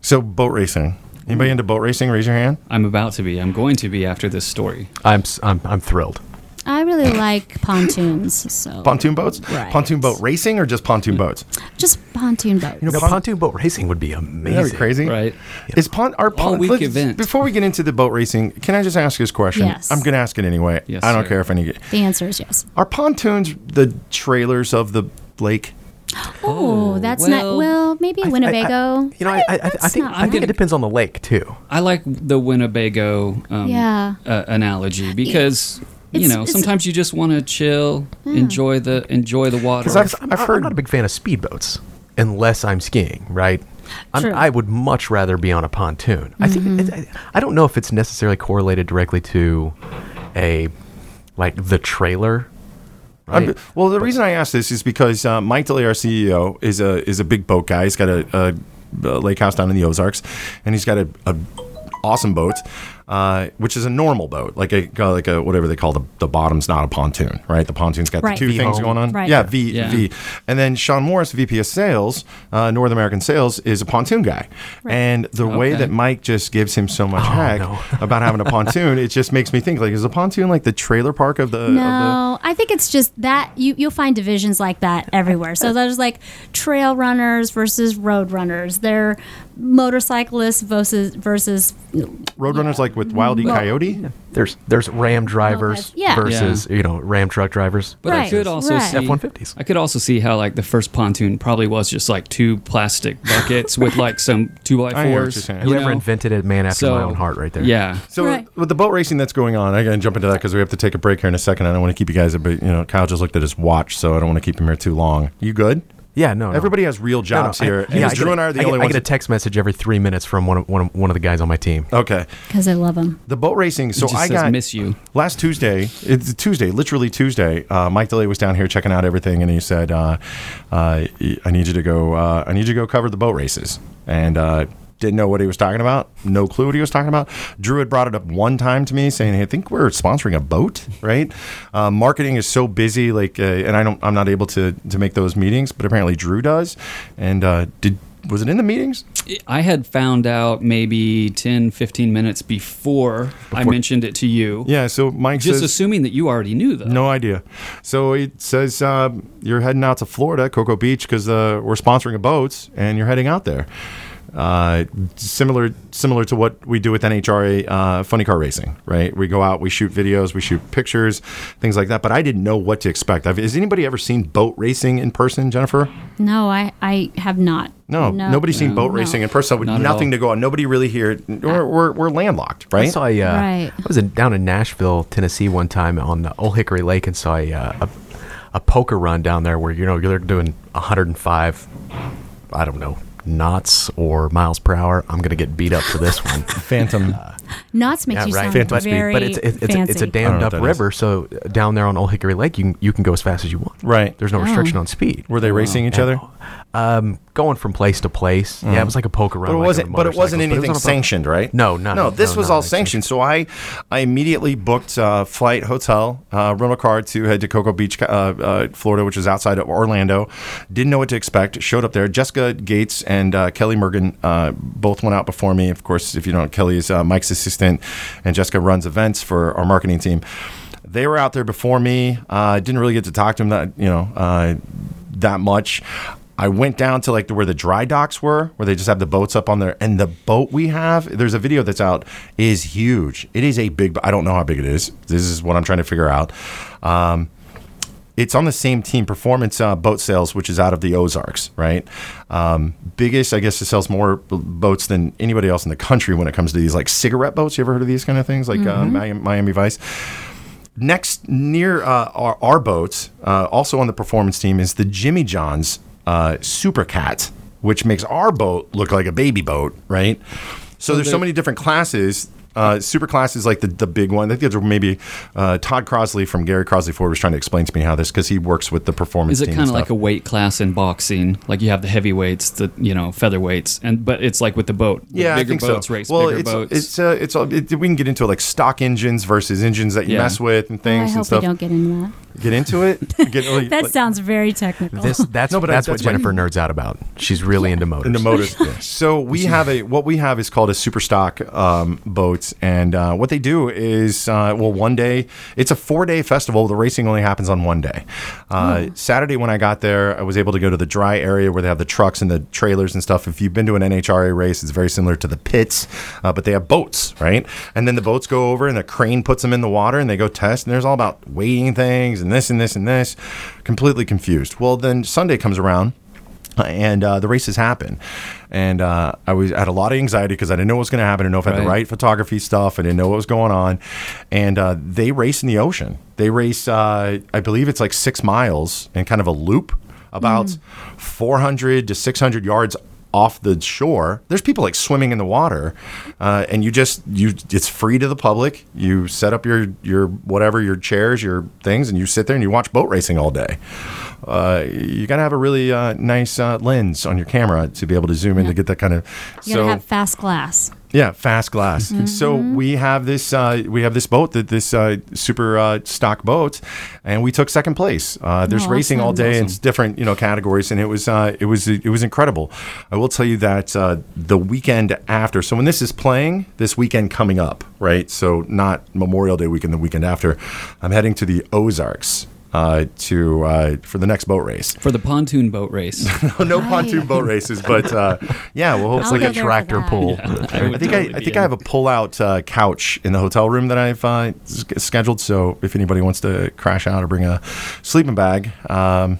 So boat racing.
Mm.
Anybody into boat racing? Raise your hand.
I'm about to be. I'm going to be after this story.
I'm, s- I'm, I'm thrilled.
I really like pontoons. So
Pontoon boats.
Right.
Pontoon boat racing or just pontoon boats?
just pontoon boats.
You know, pontoon boat racing would be amazing.
That'd be crazy,
Right.
Is pon our pon-
week
let's-
event.
Before we get into the boat racing, can I just ask this question?
Yes.
I'm going to ask it anyway.
Yes,
I don't
sir.
care if any.
the answer is yes.
Are pontoons the trailers of the lake?
Oh, that's
well-
not. Well, maybe
I- I- I-
Winnebago.
you know, I, I, I,
that's
think
not
I think it
right.
depends on the lake too.
I like the Winnebago um,
Yeah.
uh, analogy because you
It's-
know
it's- Hmm.
sometimes you just want to chill, enjoy the enjoy the water.
Because I've,
I'm,
I've
I'm
heard
not a big fan of speedboats unless I'm skiing, right? I'm,
True. Mm-hmm.
I would much rather be on a pontoon. I think it, I, I don't know if it's necessarily correlated directly to a like the trailer.
I'm-
Right?
well, the reason I asked this is because uh, Mike Delay, our CEO, is a is a big boat guy. He's got a, a, a lake house down in the Ozarks, and he's got a, a awesome boat, uh, which is a normal boat, like a uh, like a whatever they call the the bottom's not a pontoon, right? The pontoon's got
Right.
the two
V
things
hull.
going on,
Right.
yeah, V
Yeah.
V. And then Sean Morris, VP of Sales, uh, North American Sales, is a pontoon guy, and the way
Okay.
that Mike just gives him so much heck
no.
about having a pontoon, it just makes me think like, is a pontoon like the trailer park of the? Of the
No, I think it's just that you you'll find divisions like that everywhere. So there's like trail runners versus road runners. They're motorcyclists versus versus
Roadrunners like with Wild E. Coyote.
There's there's Ram drivers
Oh, yeah.
versus you know Ram truck drivers.
but I
Right,
could also
right.
see
F-150s.
I could also see how like the first pontoon probably was just like two plastic buckets with like some two by
I hear what you're
fours.
saying.
you
Whoever
know?
invented it, man after my own heart, right there.
Yeah.
So
Right.
with the boat racing that's going on, I gotta jump into that because we have to take a break here in a second. I don't want to keep you guys, but you know, Kyle just looked at his watch, so I don't want to keep him here too long. You good?
Yeah, no, no.
Everybody has real
No, no,
jobs
I-
here. and
yeah, I
Drew
get-
and I are the
I get-
only
I
ones.
get a text message every three minutes from one of, one of, one of the guys on my team.
okay.
because I love them.
The boat racing. So
just
I
says,
got
"Miss you."
last Tuesday. It's Tuesday, literally Tuesday. Uh, Mike Delay was down here checking out everything, and he said, uh, uh, "I need you to go. Uh, I need you to go cover the boat races." And uh, didn't know what he was talking about. No clue what he was talking about. Drew had brought it up one time to me, saying, "Hey, I think we're sponsoring a boat, right?" Uh, marketing is so busy, like, uh, and I don't. I'm not able to to make those meetings, but apparently Drew does. And uh, did was it in the meetings?
I had found out maybe 10, 15 minutes before, I mentioned it to you.
Yeah. So Mike
Just
says,
assuming that you already knew, though.
No idea. So it says uh, you're heading out to Florida, Cocoa Beach, because uh, we're sponsoring a boats, and you're heading out there. Uh, similar, similar to what we do with NHRA uh, funny car racing, right? We go out, we shoot videos, we shoot pictures, things like that. But I didn't know what to expect. I've, has anybody ever seen boat racing in person, Jennifer?
No, I I have not.
No, nobody's seen boat
No.
racing in person. So
Not at
nothing
all.
to go on. Nobody really here. We're, we're, we're landlocked,
I
right?
saw a, uh,
Right.
I was in, down in Nashville, Tennessee one time on uh, Old Hickory Lake and saw a, uh, a a poker run down there where you know you're doing 105, I don't know knots or miles per hour. I'm gonna get beat up for this one.
Phantom.
Knots [LAUGHS] makes
Yeah,
you
right.
sound
Phantom
speed.
very
but it's it's, it's, a, it's a
I
fancy.
don't
dammed
know
up
what that is.
river, so down there on Old Hickory Lake, you can, you can go as fast as you want.
Right.
There's no
Oh.
restriction on speed.
Were they racing each other? Mm.
Um, going from place to place. Yeah, it was like a poker run.
But it
like
wasn't.
on
But it wasn't
motorcycles, but
anything
on a boat.
sanctioned, right?
No, no,
no.
no,
This
no,
was
no,
all
no.
sanctioned. So I, I immediately booked uh, flight, hotel, uh, rental car to head to Cocoa Beach, uh, uh, Florida, which is outside of Orlando. Didn't know what to expect. Showed up there. Jessica Gates and uh, Kelly Morgan uh, both went out before me. Of course, if you don't, know, Kelly is uh, Mike's assistant, and Jessica runs events for our marketing team. They were out there before me. Uh, didn't really get to talk to them that you know uh, that much. I went down to like where the dry docks were, where they just have the boats up on there. And the boat we have, there's a video that's out, is huge. It is a big. bo- I don't know how big it is. This is what I'm trying to figure out. Um, it's on the same team, Performance uh, Boat Sales, which is out of the Ozarks, right? Um, biggest, I guess, it sells more b- boats than anybody else in the country when it comes to these like cigarette boats. You ever heard of these kind of things, like uh, Miami, Miami Vice? next near uh, our, our boats, uh, also on the performance team, is the Jimmy John's uh, Super Cat, which makes our boat look like a baby boat, right? So, there's so many different classes. Uh, super classes like the, the big one. I think it's maybe uh, Todd Crosley from Gary Crosley Ford was trying to explain to me how this because he works with the performance.
Is it
team
kind
and
of like
stuff.
a weight class in boxing? Like you have the heavyweights, the you know featherweights, and but it's like with the boat. The
yeah,
bigger
I think
boats
so.
race
well,
bigger
it's,
boats.
it's uh, it's all- it, we can get into like stock engines versus engines that you
Yeah.
mess with and
I
things and
hope
stuff.
we don't get into that.
Get into it. Get, like,
That
like-
sounds very technical.
[LAUGHS]
This that's
No, but I-
that's,
that's
what
why-
Jennifer nerds out about. She's really into motors.
into motors. So we have a what we have is called a super stock um, boat, and uh, what they do is uh, well, one day it's a four day festival. The racing only happens on one day. Uh, Saturday when I got there, I was able to go to the dry area where they have the trucks and the trailers and stuff. If you've been to an NHRA race, it's very similar to the pits, uh, but they have boats, right? And then the boats go over, and the crane puts them in the water, and they go test. And there's all about weighing things and this and this and this. Completely confused. Well, then Sunday comes around and uh, the races happen. And uh, I was had a lot of anxiety because I didn't know what was going to happen. I didn't know if I had the
Right.
right photography stuff. I didn't know what was going on. And uh, they race in the ocean. They race, uh, I believe it's like six miles in kind of a loop, about 400 to 600 yards off the shore. There's people like swimming in the water, uh, and you just you it's free to the public. You set up your your whatever your chairs, your things, and you sit there and you watch boat racing all day uh, you got to have a really uh, nice uh, lens on your camera to be able to zoom in to get that kind of.
you
so
gotta have Mm-hmm. fast glass.
yeah, fast glass. So we have this uh, we have this boat that this uh, super uh, stock boat, and we took second place. Uh, there's
Oh,
racing all
awesome.
day. and It's different you know categories, and it was uh, it was it was incredible. I will tell you that uh, the weekend after. So when this is playing, this weekend coming up, right? So not Memorial Day weekend, the weekend after. I'm heading to the Ozarks. Uh, to uh, for the next boat race.
for the pontoon boat race.
[LAUGHS] no pontoon boat races, but uh, yeah, well,
I'll
hopefully
go there for
tractor
that.
pull.
I think I, I think I have a pull-out uh, couch in the hotel room that I've uh, s- scheduled. So if anybody wants to crash out or bring a sleeping bag, um,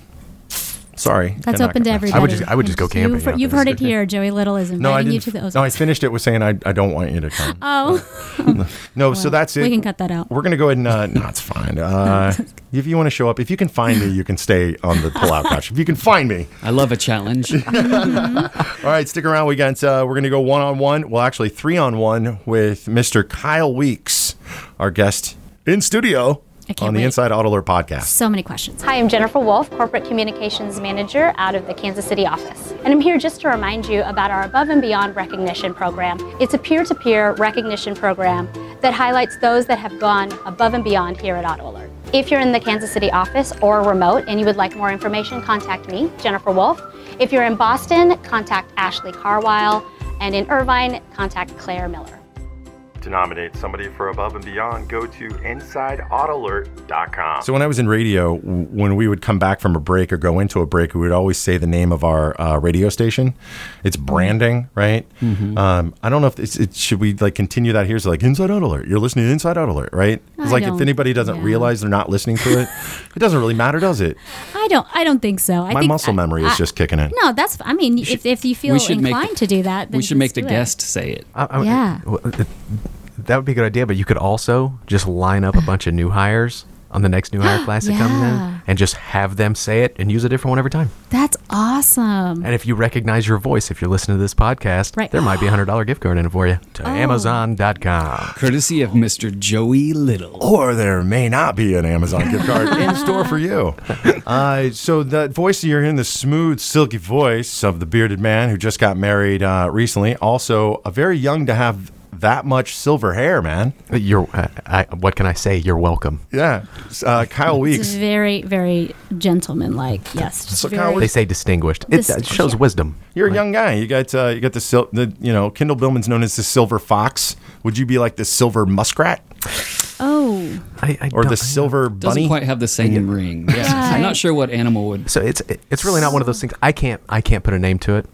Sorry.
That's
Cannot
open to
go back.
everybody.
I would just- I would just go camping
You've,
out
you've
there.
heard it here. Joey Little is
No, I
inviting you
didn't.
to the Ozarks.
no, I finished it with saying I, I don't want you to come.
[LAUGHS] oh,
no, so that's it.
we can cut that out.
We're gonna go ahead and uh, no, it's
[LAUGHS]
fine. Uh, if you want to show up, if you can find me, you can stay on the pullout couch. If you can find me,
I love a challenge.
all right, stick around. We got uh, we're gonna go one on one. Well, actually, three on one with Mr. Kyle Weeks, our guest in studio
I can't
on the
wait.
Inside Auto Alert podcast.
So many questions.
Hi, I'm Jennifer Wolf, Corporate Communications Manager out of the Kansas City office. And I'm here just to remind you about our Above and Beyond Recognition Program. It's a peer to peer recognition program that highlights those that have gone above and beyond here at Auto Alert. If you're in the Kansas City office or remote and you would like more information, contact me, Jennifer Wolf. If you're in Boston, contact Ashley Carwile. And in Irvine, contact Claire Miller.
To nominate somebody for Above and Beyond, go to InsideAutoAlert.com.
So when I was in radio, w- when we would come back from a break or go into a break, we would always say the name of our uh, radio station. It's branding, right?
Mm-hmm.
Um, I don't know if it's, it should we like continue that here. So like Inside Out Alert, you're listening to Inside Out Alert, right? It's
I
like if
don't-
anybody doesn't
yeah.
realize they're not listening to it, it doesn't really matter, does it?
I don't. I don't think so. I
My
think
muscle
I-
memory is
I-
just kicking in.
No, that's. I mean, if, if you feel
we should
inclined
make the-
to do that, then
we should make
just
the
do it.
guest say it.
I, I,
Yeah.
well, it- that would be a good idea, but you could also just line up a bunch of new hires on the next
[GASPS]
new hire class that comes
Yeah.
in and just have them say it and use a different one every time.
That's awesome.
And if you recognize your voice, if you're listening to this podcast,
Right. Oh.
there might be a $100 gift card in it for you to Amazon.com.
Courtesy of Mr. Joey Little.
Or there may not be an Amazon gift card in store for you. Uh, so that voice that you're hearing, the smooth, silky voice of the bearded man who just got married uh, recently, also a very young to have that much silver hair, man.
You're, uh, I, what can I say? You're welcome.
Yeah, uh, Kyle
It's
Weeks.
very, very gentlemanlike. Yes. just
So
very-
Kyle,
They say distinguished. It uh,
Distinguished,
shows
yeah.
wisdom.
You're a young guy. You got uh, you got the sil- the you know Kendall Billman's known as the silver fox. Would you be like the silver muskrat
oh,
I, I
or the
don't-
silver
Doesn't
bunny?
quite have the same ring. Yeah. I'm not sure what animal would.
So it's it- it's really not one of those things. I can't I can't put a name to it,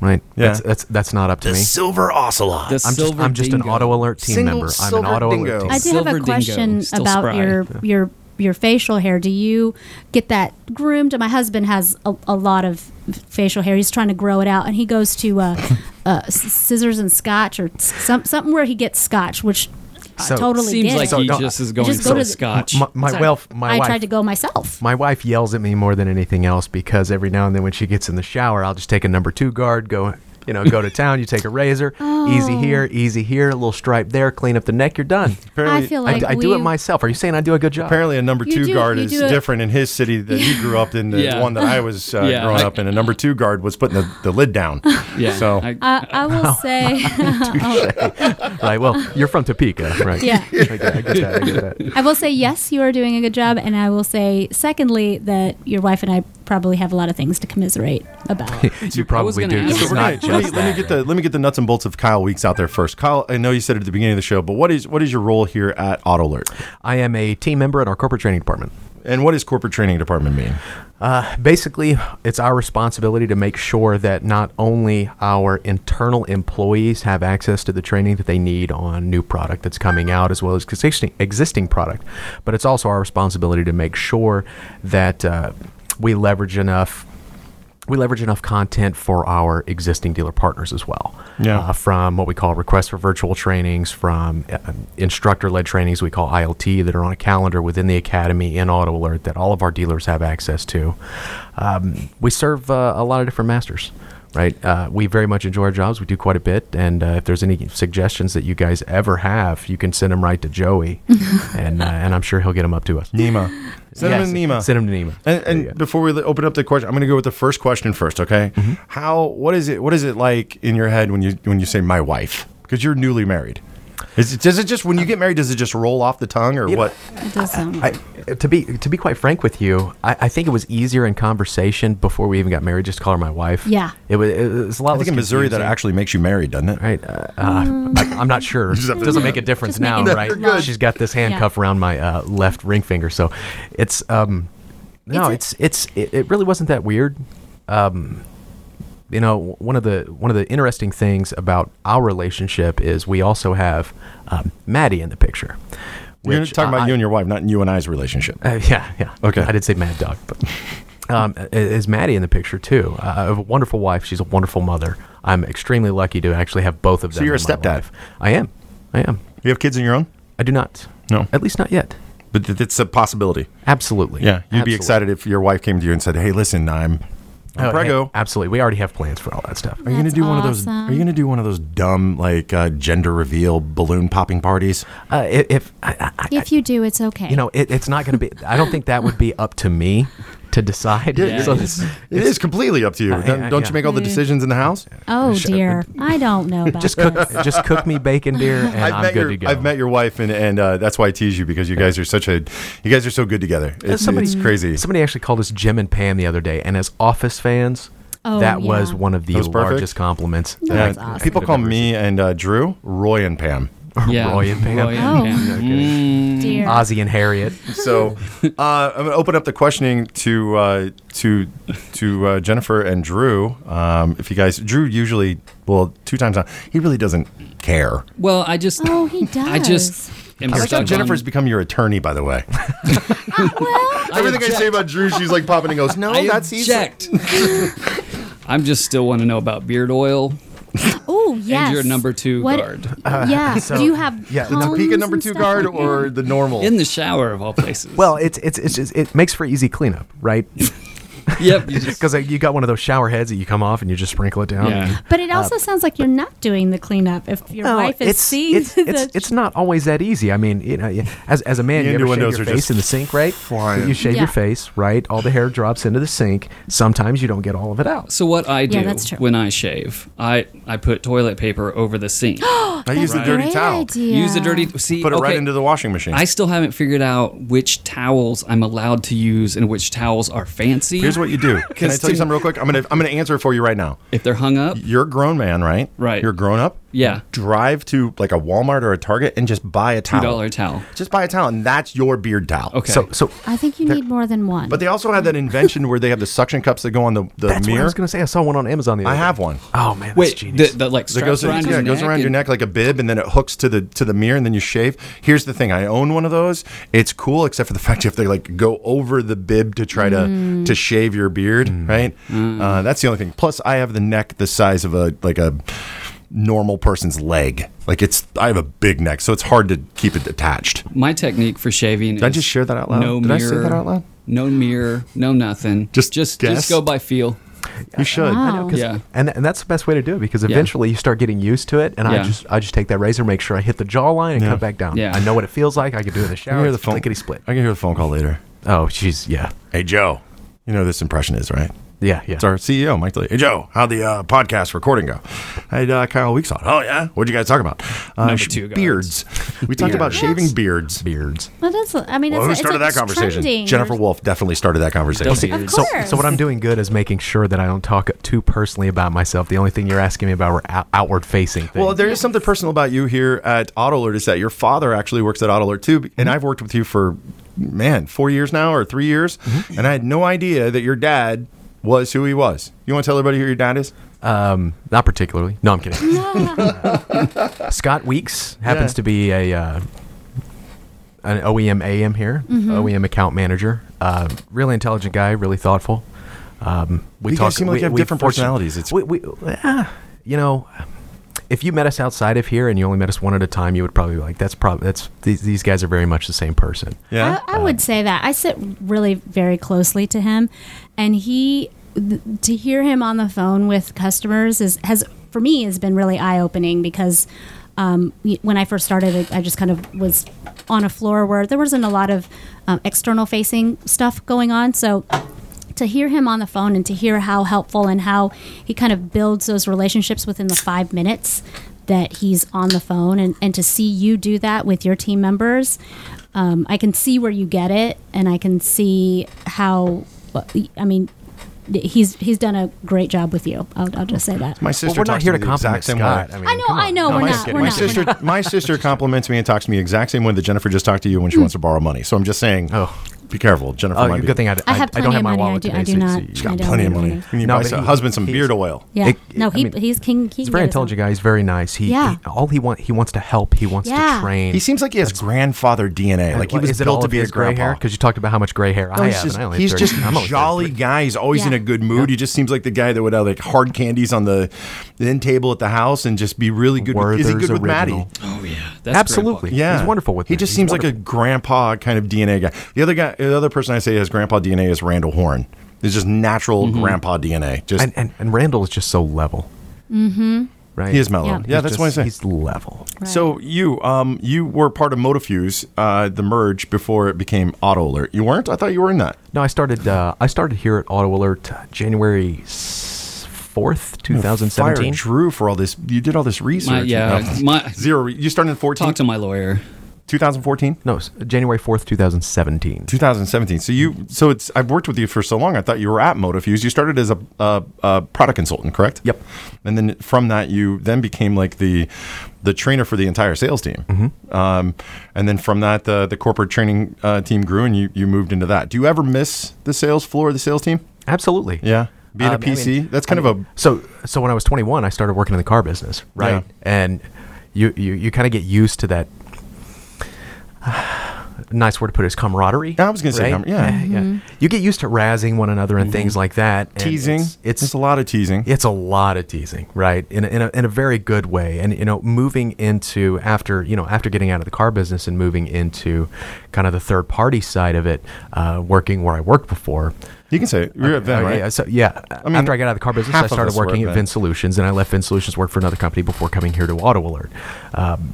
right?
Yeah.
That's that's that's not up to
the
me.
silver ocelot.
The
I'm just
silver
I'm just an
dingo.
auto alert team
Single
member. I'm an
silver
auto
dingo.
alert. Team.
I do have
Silver
a
dingo,
question
still
about
spry.
your your your facial hair. Do you get that groomed? My husband has a, a lot of facial hair. He's trying to grow it out, and he goes to uh, uh, s- scissors and scotch or s- some, something where he gets scotch, which
So-
I totally
Seems
get.
like
So
he
no,
just is going
just go
so
to the-
scotch.
My, my
Sorry.
wealth, my
I
wife.
tried to go myself.
My wife yells at me more than anything else because every now and then when she gets in the shower, I'll just take a number two guard, go, you know, go to town. You take a razor, easy here, easy here, a little stripe there, clean up the neck, you're done.
Oh. I feel
I,
like
I do it
we-
myself. Are you saying I do a good job?
Apparently, a number
You
two
do-
guard
you
is
do it-
different in his city that you grew up in. The
Yeah.
one that I was uh,
Yeah,
growing
I-
up in, a number two guard was putting the, the lid [LAUGHS] down.
yeah.
So
I-
[LAUGHS]
I, I will say, [LAUGHS]
Right. Well, you're from Topeka,
[LAUGHS]
right? [LAUGHS]
yeah,
I get, I get that. I
[LAUGHS]
get that.
I will say yes, you are doing a good job, and I will say secondly that your wife and I probably have a lot of things to commiserate
[LAUGHS]
about.
You probably
gonna ask
do. It's
you.
So we're
not
gonna- let, me,
just
let me
that.
get the let me get the nuts and bolts of Kyle Weeks out there first. Kyle, I know you said it at the beginning of the show, but what is what is your role here at Auto Alert,
I am a team member at our corporate training department. Uh,
and what does corporate training department mean?
Basically, it's our responsibility to make sure that not only our internal employees have access to the training that they need on new product that's coming out, as well as existing existing product, but it's also our responsibility to make sure that uh, we leverage enough we leverage enough content for our existing dealer partners as well.
Yeah.
Uh, from what we call requests for virtual trainings, from uh, instructor led trainings we call ILT that are on a calendar within the academy in Auto Alert that all of our dealers have access to. Um, we serve uh, a lot of different masters. Right, uh, we very much enjoy our jobs. We do quite a bit, and uh, if there's any suggestions that you guys ever have, you can send them right to Joey, and uh, and I'm sure he'll get them up to us.
Nema, send him
Yes,
in Nema.
Send them to Nema.
And, and
There you go. Mm-hmm.
before we li- open up the question, I'm going to go with the first question first. Okay, how what is it what is it like in your head when you when you say my wife because you're newly married? Is it, does it just when you get married does it just roll off the tongue or what?
It does sound
I, to be to be quite frank with you, I, I think it was easier in conversation before we even got married just to call her my wife.
Yeah.
it was, it was a lot.
I think in Missouri that actually makes you married, doesn't it?
Right, uh, uh, I, I'm not sure.
just have to-
Doesn't make a difference
Mm. Just make
now,
it look
right?
No. good.
She's got this handcuff around my uh, left ring finger, so it's um, no,
It's
it's it's, it, it really wasn't that weird. Um, you know, one of the one of the interesting things about our relationship is we also have um, Maddie in the picture.
We're
which,
talking
uh,
about
I-
you and your wife, not you and I's relationship.
uh, [LAUGHS] yeah, yeah.
Okay.
I did say Mad Dog, but um, i- is Maddie in the picture too. Uh, I have a wonderful wife. She's a wonderful mother. I'm extremely lucky to actually have both of them.
So you're a
in my
stepdad.
life. I am. I am.
You have kids on your own?
I do not.
No.
At least not yet.
But th- it's a possibility.
Absolutely.
Yeah. You'd
Absolutely.
be excited if your wife came to you and said, hey, listen, I'm, I'm
Oh,
preggo.
hey, absolutely. We already have plans for all that stuff.
Are you gonna
That's
do one of those? Are
awesome.
you gonna do one of those dumb like uh, gender reveal balloon popping parties?
Uh, if, if I, I,
If you do, it's okay.
you know, it, it's not going to be. I don't think that would be up to me to
[LAUGHS]
decide.
Yeah,
[LAUGHS] So
it
this-
It is completely up to you.
I-
don't
I-
don't
yeah.
you make all the decisions in the house?
oh
uh,
dear, I
[LAUGHS]
don't know about
just cook,
this.
just cook me bacon, dear, and i am
met
good
your
to go.
I've met your wife and and uh, that's why I tease you because you guys are such a you guys are so good together. It's,
somebody-
it's crazy.
Somebody actually called us Jim and Pam the other day, and as Office fans,
Oh,
that was
yeah.
one of the
That was perfect.
largest compliments. that
Yeah,
I-
That's awesome.
People call me and uh, Drew Roy and
[LAUGHS]
Pam.
Yeah.
Roy and Pam.
Roy
Oh.
Pam.
dear.
Mm,
Ozzy Mm. and Harriet.
So uh, I'm gonna open up the questioning to uh, to to uh, Jennifer and Drew. Um, if you guys, Drew usually well two times on. He really doesn't care.
Well, I just.
Oh, he does.
I just. Am
I like how
stuck
Jennifer's
on-
become your attorney, by the way.
well,
[LAUGHS] Everything I say about Drew, she's like popping and goes, "No,
I
that's easy."
object. [LAUGHS] I'm just still want to know about beard oil.
oh yes.
And your number two
What-
guard
[LAUGHS]
yeah. do you have
yeah, the
Uh, The
combs
Topeka
and
number two
stuff
guard
like that?
or the normal?
in the shower of all places.
Well, it's it's it's just, it makes for easy cleanup, right?
[LAUGHS] yep.
[LAUGHS]
You just,
Because you got one of those shower heads that you come off and you just sprinkle it down.
yeah.
But
uh,
it also sounds like you're not doing the cleanup if your
Oh,
No,
wife is
it's,
seeing
it's,
[LAUGHS] the.
it's, it's not always that easy. I mean, you know, as, as a man,
The
you ever shave
innuendos
your
are just
face in the sink, right?
flying.
You shave
Yeah.
your face, right? All the hair drops into the sink. Sometimes you don't get all of it out.
So what I do
Yeah, that's true.
when I shave, I I put toilet paper over the
[GASPS]
sink.
I use the
That's
dirty
great
towel.
idea.
Use a dirty see.
Put it right
okay,
into the washing machine.
I still haven't figured out which towels I'm allowed to use and which towels are fancy.
Here's what you
[LAUGHS]
do. Can I tell you something real quick? I'm gonna I'm gonna answer it for you right now.
if they're hung up.
You're a grown man, right?
Right.
You're grown up.
Yeah.
Drive to like a Walmart or a Target and just buy a towel.
$2 towel.
Just buy a towel, and that's your beard towel.
Okay.
So, so
I think you need more than one.
But they also have that invention where they have the suction cups that go on the, the
that's what I
mirror.
was going to say. I saw one on Amazon the other
I
day.
have one.
Oh, man. That's
wait, the,
genius.
the like
So it
straps
goes,
around
yeah,
your
it goes
neck
around your
and-
neck like a bib, and then it hooks to the to the mirror, and then you shave. Here's the thing: I own one of those. It's cool, except for the [LAUGHS] fact you have to like go over the bib to try
Mm.
to to shave your beard, right? Uh, that's the only thing. Plus, I have the neck the size of a like a normal person's leg. Like it's, I have a big neck, so it's hard to keep it attached.
My technique for shaving. Did
I just share that out loud?
No
Did
mirror.
I say that out loud?
No mirror. No nothing.
Just
just
guess?
just go by feel.
You should.
wow.
Yeah.
and, and that's the best way to do it because eventually you start getting used to it. And I
Yeah.
just I just take that razor, make sure I hit the jawline, and cut back down.
Yeah.
I know what it feels like. I can do it in the
I
shower.
can hear the
It's
phone.
clickety split.
I can hear the phone call later.
Oh, she's yeah,
Hey Joe, you know who this impression is right.
yeah, yeah.
It's our CEO, Mike Daly. Hey, Joe, how'd the uh, podcast recording go? I had uh, Kyle Weeks on. Oh, yeah? What'd you guys talk about? Uh,
Number two guys.
beards. We talked about shaving beards.
beards.
That is, I mean,
Well,
it's,
who
it's
started
like
that conversation?
trending.
Jennifer Wolf definitely started that conversation.
Of
Of
So,
course.
so what I'm doing good is making sure that I don't talk too personally about myself. The only thing you're asking me about were out- outward facing things.
Well, there is something personal about you here at AutoAlert is that your father actually works at AutoAlert too, and I've worked with you for, man, four years now or three years, and I had no idea that your dad was who he was. You want to tell everybody who your dad is?
um, not particularly. No, I'm kidding.
[LAUGHS]
Scott Weeks happens
Yeah.
to be a uh, an E OEM AM here,
Mm-hmm.
OEM account manager. Uh, really intelligent guy, really thoughtful. Um, we
You guys
talk.
seem like
we-
you have
we
different
fortune-
personalities. It's-
we, we, ah, you know. If you met us outside of here and you only met us one at a time, you would probably be like, "That's probably that's these, these guys are very much the same person."
Yeah.
I, I would say that I sit really very closely to him, and he th- to hear him on the phone with customers is has for me has been really eye opening because um, y- when I first started, I I just kind of was on a floor where there wasn't a lot of um, external facing stuff going on, so to hear him on the phone and to hear how helpful and how he kind of builds those relationships within the five minutes that he's on the phone and, and to see you do that with your team members um, i can see where you get it and i can see how i mean he's he's done a great job with you i'll, I'll just say that
My sister
Well, we're not
talks
here
me
to
the exact
compliment
same
Scott.
way.
mean,
I know,
come on.
I know, we're
my
not,
sister-
we're
my
not, we're
sister,
not. [LAUGHS] Hmm.
my sister compliments me and talks to me the exact same way the Jennifer just talked to you when she wants to borrow money. So I'm just saying,
Oh.
Be careful, Jennifer.
Oh,
might
good thing I-
I have I don't plenty have of my money. I wallet do- I today, do so- not- so
She's
I
got
don't
plenty of
have
money.
money.
You need to
No,
buy
but
some
he-
husband some beard oil.
Yeah.
It-
no, he
I mean,
he's king. He can
He's very
get us some.
intelligent guy. He's very nice. He,
Yeah.
he- all he want he wants to help. He wants
Yeah.
to train.
He seems like he has grandfather DNA. Like he
What-
was
is it all
built to
of
be a
his gray
grandpa.
hair? Because you talked about how much gray hair
No,
I
he's
have.
just,
and I only
he's
have
just
30. [LAUGHS] I'm
a
only
jolly
33.
guy. He's always in
Yeah.
a good mood. He just seems like the guy that would have like hard candies on the, the end table at the house and just be really good. With, is he
Werther's
good with Maddie?
original.
Oh yeah,
Absolutely.
Yeah,
He's wonderful with
He
me.
just
He's
seems like a
wonderful.
grandpa kind of DNA guy. The other guy, the other person I say has grandpa DNA is Randall Horn. It's just natural grandpa DNA. Just
Mm-hmm. and, and and Randall is just so level. Mm-hmm. Right.
he is mellow.
Yeah.
Yeah,
He's
that's
just-
why I say
he's level.
Right.
So you, um, you were part of Motofuse, uh, the merge before it became Auto Alert. You weren't? I thought you were in that.
No, I started. Uh, I started here at Auto Alert uh, January fourth, two thousand
Fire
seventeen.
Drew for all this. You did all this research.
My, yeah,
No.
my
Zero. re- You started in
talk
14,
to my lawyer.
2014,
No, s- January fourth, two thousand seventeen.
2017. So you, so it's. I've worked with you for so long. I thought you were at Motofuse. You started as a, a, a product consultant, correct?
Yep.
And then from that, you then became like the the trainer for the entire sales team.
Mm-hmm.
Um, and then from that, the the corporate training uh, team grew, and you you moved into that. Do you ever miss the sales floor, of the sales team?
Absolutely.
Yeah. Being a
Um, I mean-
PC, that's kind of a
So so when I was 21, I started working in the car business, right?
Yeah.
And you you, you kind of get used to that. [SIGHS] nice word to put it is camaraderie.
I was gonna say camar- yeah. Mm-hmm.
yeah. You get used to razzing one another and things like that. and
teasing.
It's,
It's,
it's
a lot of teasing.
it's a lot of teasing, right? In a, in a, in a very good way. And, you know, moving into after, you know, after getting out of the car business and moving into kind of the third party side of it, uh, working where I worked before.
You can say it. you're at Venn,
Oh,
right?
Yeah, so yeah.
mean,
after I got out of the car business,
half
I
of
started
us were
working
at
at
Vin.
Vin Solutions, and I left Vin Solutions, worked for another company before coming here to Auto Alert. Um,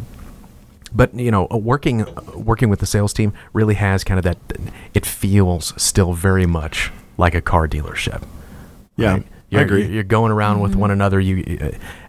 but you know, uh, working uh, working with the sales team really has kind of that. It feels still very much like a car dealership.
Yeah,
right?
I
You're,
agree.
You're going around with one another. You,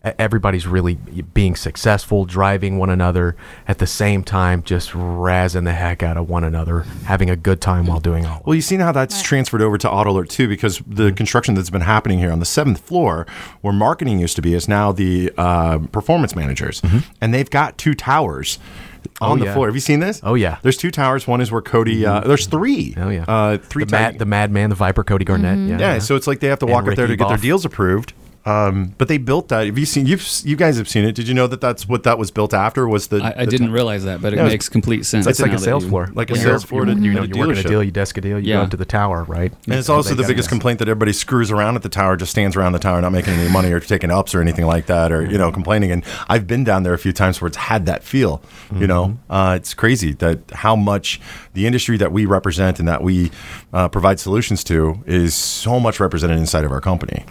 uh, everybody's really being successful, driving one another at the same time, just razzing the heck out of one another, having a good time while doing all.
Well, you've seen how that's transferred over to Auto Alert too, because the
Mm-hmm.
construction that's been happening here on the seventh floor, where marketing used to be, is now the uh, performance managers, and they've got two towers on the
Mm-hmm. yeah.
floor. Have you seen this?
Oh, yeah.
There's two towers. One is where Cody. Uh, there's three.
Oh yeah,
Uh, three.
The,
towers.
mad, the madman, the Viper, Cody Garnett.
yeah, So it's like they have to
And
walk up there
Ricky
to get their
Boff.
deals approved. Um, but they built that. Have you seen? You've s- you guys have seen it. Did you know that that's what that was built after? Was the
I, I
the
didn't
tow-
realize that, but it
Yeah, it's-
makes complete sense.
it's like
now
a
that
sales
you-
floor,
Like a
When
sales
you're-
floor
You,
to-
you
at
know,
a
you work at a
dealership.
deal, you desk a deal, you
Yeah.
go up to the tower, right?
And it's also
They
the
got
biggest
this.
complaint that everybody screws around at the tower, just stands around the tower, not making any money or taking ups or anything like that, or you know, complaining. And I've been down there a few times where it's had that feel. You know, uh, it's crazy that how much the industry that we represent and that we uh, provide solutions to is so much represented inside of our company.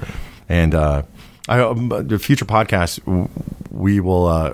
And uh, I, um, the future podcast, w- we will. Uh,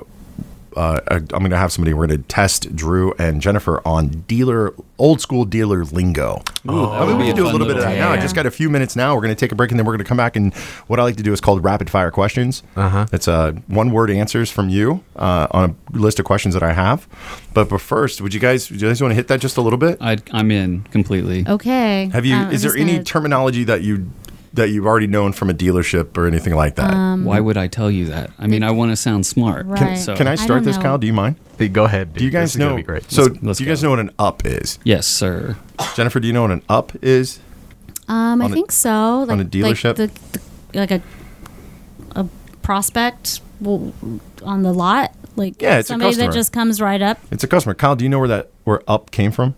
uh, I- I'm going to have somebody. We're going to test Drew and Jennifer on dealer, old school dealer lingo. I mean, we
be
can
a
do a little bit
fun
of
little
that now. I
game.
just got a few minutes now. We're going to take a break and then we're going to come back. And what I like to do is called rapid fire questions. Uh-huh. It's uh, one word answers from you uh, on a list of questions that I have. But, but first, would you guys, do you guys want to hit that just a little bit?
I, I'm in completely.
Okay.
Have you?
Uh, Um, I'm
is there
just
any
gonna-
terminology that you that you've already known from a dealership or anything like that?
Why would I tell you that? I mean, I want to sound smart.
Right. Can-
so-
Can I
Um, I
start
don't
this,
know.
Kyle? Do you mind?
Hey, Go ahead.
Do you guys know?
Be great.
So,
Let's- let's
do you guys
go.
know what an up is?
Yes, sir.
Jennifer, do you know what an up is?
Um, I
on a-
think so. Like,
a dealership?
like, the, the, like a a prospect will, on the lot, like
Yeah, it's a
somebody
customer.
that just comes right up.
It's a customer. Kyle, do you know where that where up came from?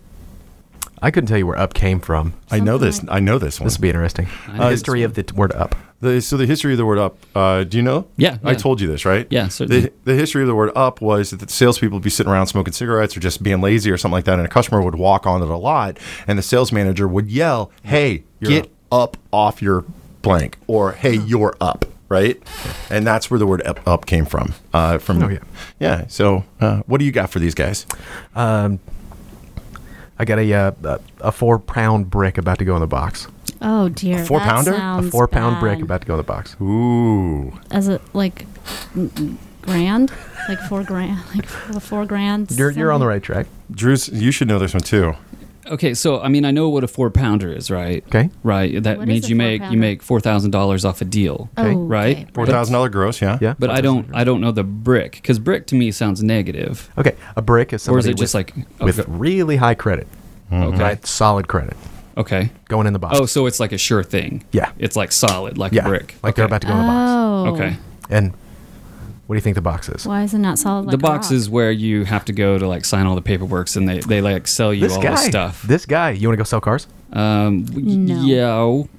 I couldn't tell you where up came from.
I know
Something
this.
like-
I know this one.
This will be interesting.
know
Uh,
The history of the t- word up.
The, so the history of the word up, uh, do you know?
Yeah,
I
yeah.
told you this, right?
Yeah, certainly.
The, the history of the word up was that the salespeople would be sitting around smoking cigarettes or just being lazy or something like that, and a customer would walk onto the lot, and the sales manager would yell, "Hey, get up. off your blank," or "Hey, you're up." Right, and that's where the word up, up came from. Uh, from
Oh, yeah.
yeah. So, uh, what do you got for these guys?
I got a uh, a- a four pound brick about to go in the box.
Oh dear,
A four-pounder? A
A four pound brick about to go in the box.
Ooh,
as a like n- n- grand, like four grand, [LAUGHS] like four, four grand.
You're you're on the right track.
Drew's, you should know this one too.
Okay, so I mean, I know what a four pounder is, right?
Okay.
Right. That
What
means
is a
you make you
four-pounder?
make four thousand dollars off a deal.
Oh, Okay.
Right.
Four thousand dollar gross. Yeah.
Yeah.
But I don't I don't know the brick because brick to me sounds negative.
Okay, a brick is
Or
somebody
is it just
with-
like-
with
okay.
really high credit.
Mm-hmm.
Okay.
Right? Solid credit.
Okay.
Going in the box.
Oh, so it's like a sure thing.
Yeah.
It's like solid, like
yeah.
a brick.
Like they're about to go in the box.
Oh.
Okay.
And what do you think the box is?
Why is it not solid? Like
the
a
box
rock?
is where you have to go to like sign all the paperwork and they, they like sell you
This
all
guy.
the stuff.
This guy. You want to go sell cars?
Um,
No.
Yo.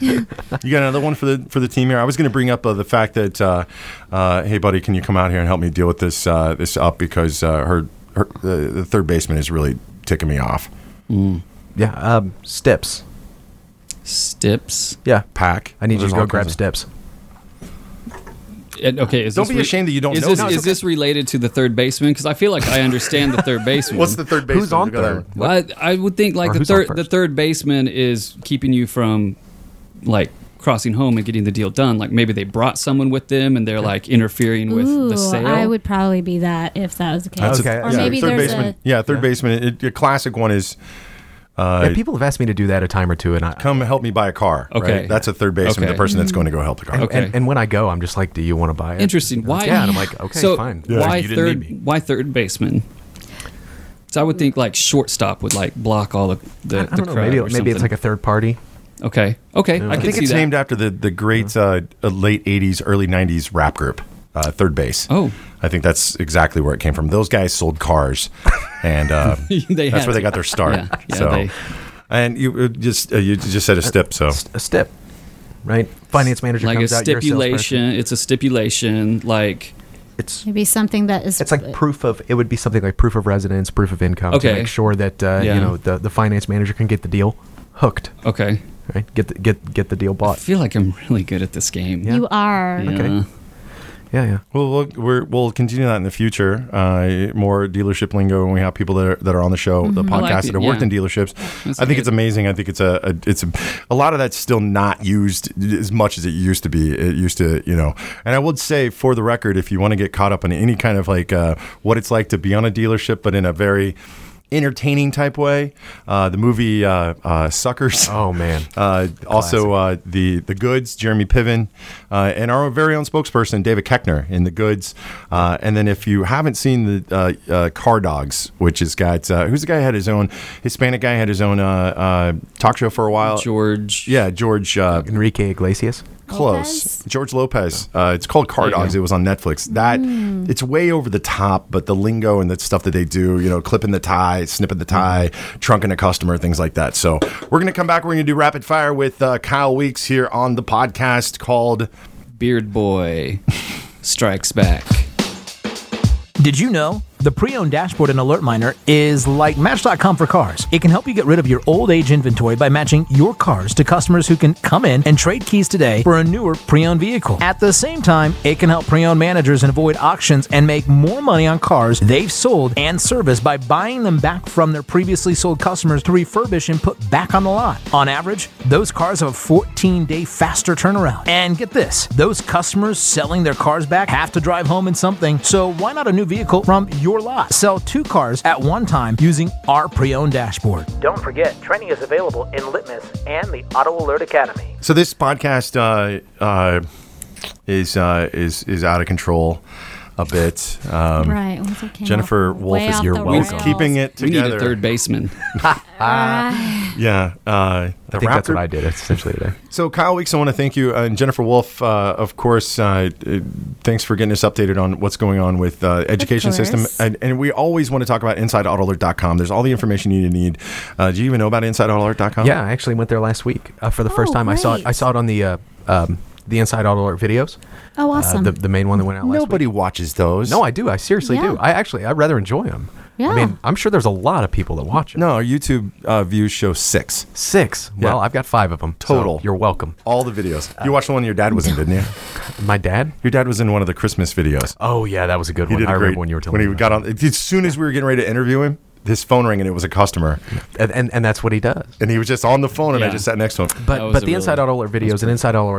You got another one for the for the team here. I was going to bring up uh, the fact that, uh, uh, hey buddy, can you come out here and help me deal with this uh, this up because uh, her, her the, the third baseman is really ticking me off.
Yeah. Um, steps.
Stips.
Yeah.
Pack.
I need you
There's
to go
all
grab
kinds of-
steps.
And- okay. Is
Don't
this
be ashamed that you don't
is
know
This,
that.
is this related to the third baseman? Because I feel like I understand the third baseman.
What's the third baseman?
Who's on
Go there.
third?
Well, I, I would think like
Or
the
who's on
third
first?
the third baseman is keeping you from like crossing home and getting the deal done. Like maybe they brought someone with them and they're like interfering with
Ooh,
the sale.
I would probably be that if that was the case.
That's
Okay.
a,
Or
yeah,
maybe
third
there's
baseman.
a.
yeah, third baseman. It, a classic one is uh,
Yeah, people have asked me to do that a time or two, and I
come help me buy a car. right?
Okay.
that's a third baseman,
Okay.
the person
Mm-hmm.
that's going to go help the car.
Okay.
and, and when I go, I'm just like, "Do you want to buy it?"
Interesting.
They're
Why?
like, yeah,
[LAUGHS]
and I'm like, "Okay,
so
fine."
Why
you didn't
third?
need me.
Why third baseman? So I would think like shortstop would like block all the the,
I
the
don't know.
crowd
Maybe
or
maybe it's like a third party.
something. okay. Okay, I,
I
can
think
see
it's
that.
named after the the great uh, uh, late '80s, early '90s rap group, uh, Third Base.
Oh.
I think that's exactly where it came from. Those guys sold
[LAUGHS]
cars, and uh,
They
that's
had
where they
to.
got their start.
Yeah, yeah,
so,
they-
and you uh, just uh, you just said a step. So
A step, right? Finance manager
Oh. like a
comes out. you're salesperson.
stipulation. It's a stipulation. Like
It's
Maybe something that is.
it's like proof of it would be something like proof of residence, proof of income
Okay.
to make sure that uh,
Yeah.
you know the, the finance manager can get the deal hooked,
okay,
right? Get the, get get the deal
I
bought.
feel like I'm really good at this game.
You are.
Yeah.
Yeah, yeah.
Well, we'll, we're, we'll continue that in the future. Uh, more dealership lingo, and we have people that are, that are on the show, the podcast
like it,
that have worked
yeah.
in dealerships. I think
good.
it's amazing. I think it's a, a it's a, a lot of that's still not used as much as it used to be. It used to, you know. And I would say, for the record, if you want to get caught up on any kind of like uh, what it's like to be on a dealership, but in a very entertaining type way, uh, the movie uh, uh, Suckers.
Oh man,
Uh, also, uh, the the Goods, Jeremy Piven, uh, and our very own spokesperson David Keckner in the Goods. Uh, and then, if you haven't seen the uh, uh, Car Dogs, which has got uh, who's the guy who had his own Hispanic guy had his own uh, uh, talk show for a while.
George.
Yeah, George. Uh,
Enrique Iglesias.
close.
Lopez?
George Lopez. Uh, it's called Car
Yeah.
Dogs. It was on Netflix. That
Hmm.
it's way over the top, but the lingo and the stuff that they do, you know, clipping the tie, snipping the tie, trunking a customer, things like that. So we're gonna come back. We're gonna do rapid fire with uh, Kyle Weeks here on the podcast called.
Beard boy
[LAUGHS]
strikes back.
Did you know? The pre owned dashboard in Alert Miner is like Match.com for cars. It can help you get rid of your old age inventory by matching your cars to customers who can come in and trade keys today for a newer pre owned vehicle. At the same time, it can help pre owned managers avoid auctions and make more money on cars they've sold and serviced by buying them back from their previously sold customers to refurbish and put back on the lot. On average, those cars have a 14 day faster turnaround. And get this those customers selling their cars back have to drive home in something, so why not a new vehicle from your lot? Sell two cars at one time using our pre owned dashboard. Don't forget, training is available in Litmus and the Auto Alert Academy.
So this podcast uh, uh, is uh, is is out of control a bit. Um,
Right. well, so it came
Jennifer
off
Wolf
Uh-huh. way
is
off
your
the
welcome.
rails.
Keeping it
We
together.
need a third baseman.
Yeah. Uh, the
I think that's
Raptor-
what I did essentially today.
So, Kyle Weeks, I want to thank you. Uh, and Jennifer Wolf, uh, of course, uh, uh, thanks for getting us updated on what's going on with uh, education system.
course.
And, and we always want to talk about InsideAutoAlert.com. There's all the information you need. Uh, do you even know about InsideAutoAlert.com?
Yeah, I actually went there last week uh, for the first
Oh,
time. I saw it.
great.
I saw it on the uh, um, the Inside Auto Alert videos.
Oh, awesome.
Uh, the, the main one that went out last
Nobody watches those.
week. No, I do. I seriously do.
Yeah.
I actually I rather enjoy them. I
Yeah.
mean, I'm sure there's a lot of people that watch it.
No, our YouTube uh, views show six.
Six. Well,
Yeah.
I've got five of them
Total.
you're welcome.
All the videos. You watched the one your dad [LAUGHS] was in, didn't you?
My dad.
Your dad was in one of the Christmas videos.
Oh yeah, that was a good
He
one.
did a
I
great-
remember when you were telling
when
me
he
about
got
it.
on. As soon as we were getting ready to interview him, his phone rang and it was a customer,
and, and and that's what he does.
and he was just on the phone, and I
Yeah.
just sat next to him.
That
But
was
but
a
the Inside
really-
Auto Alert videos and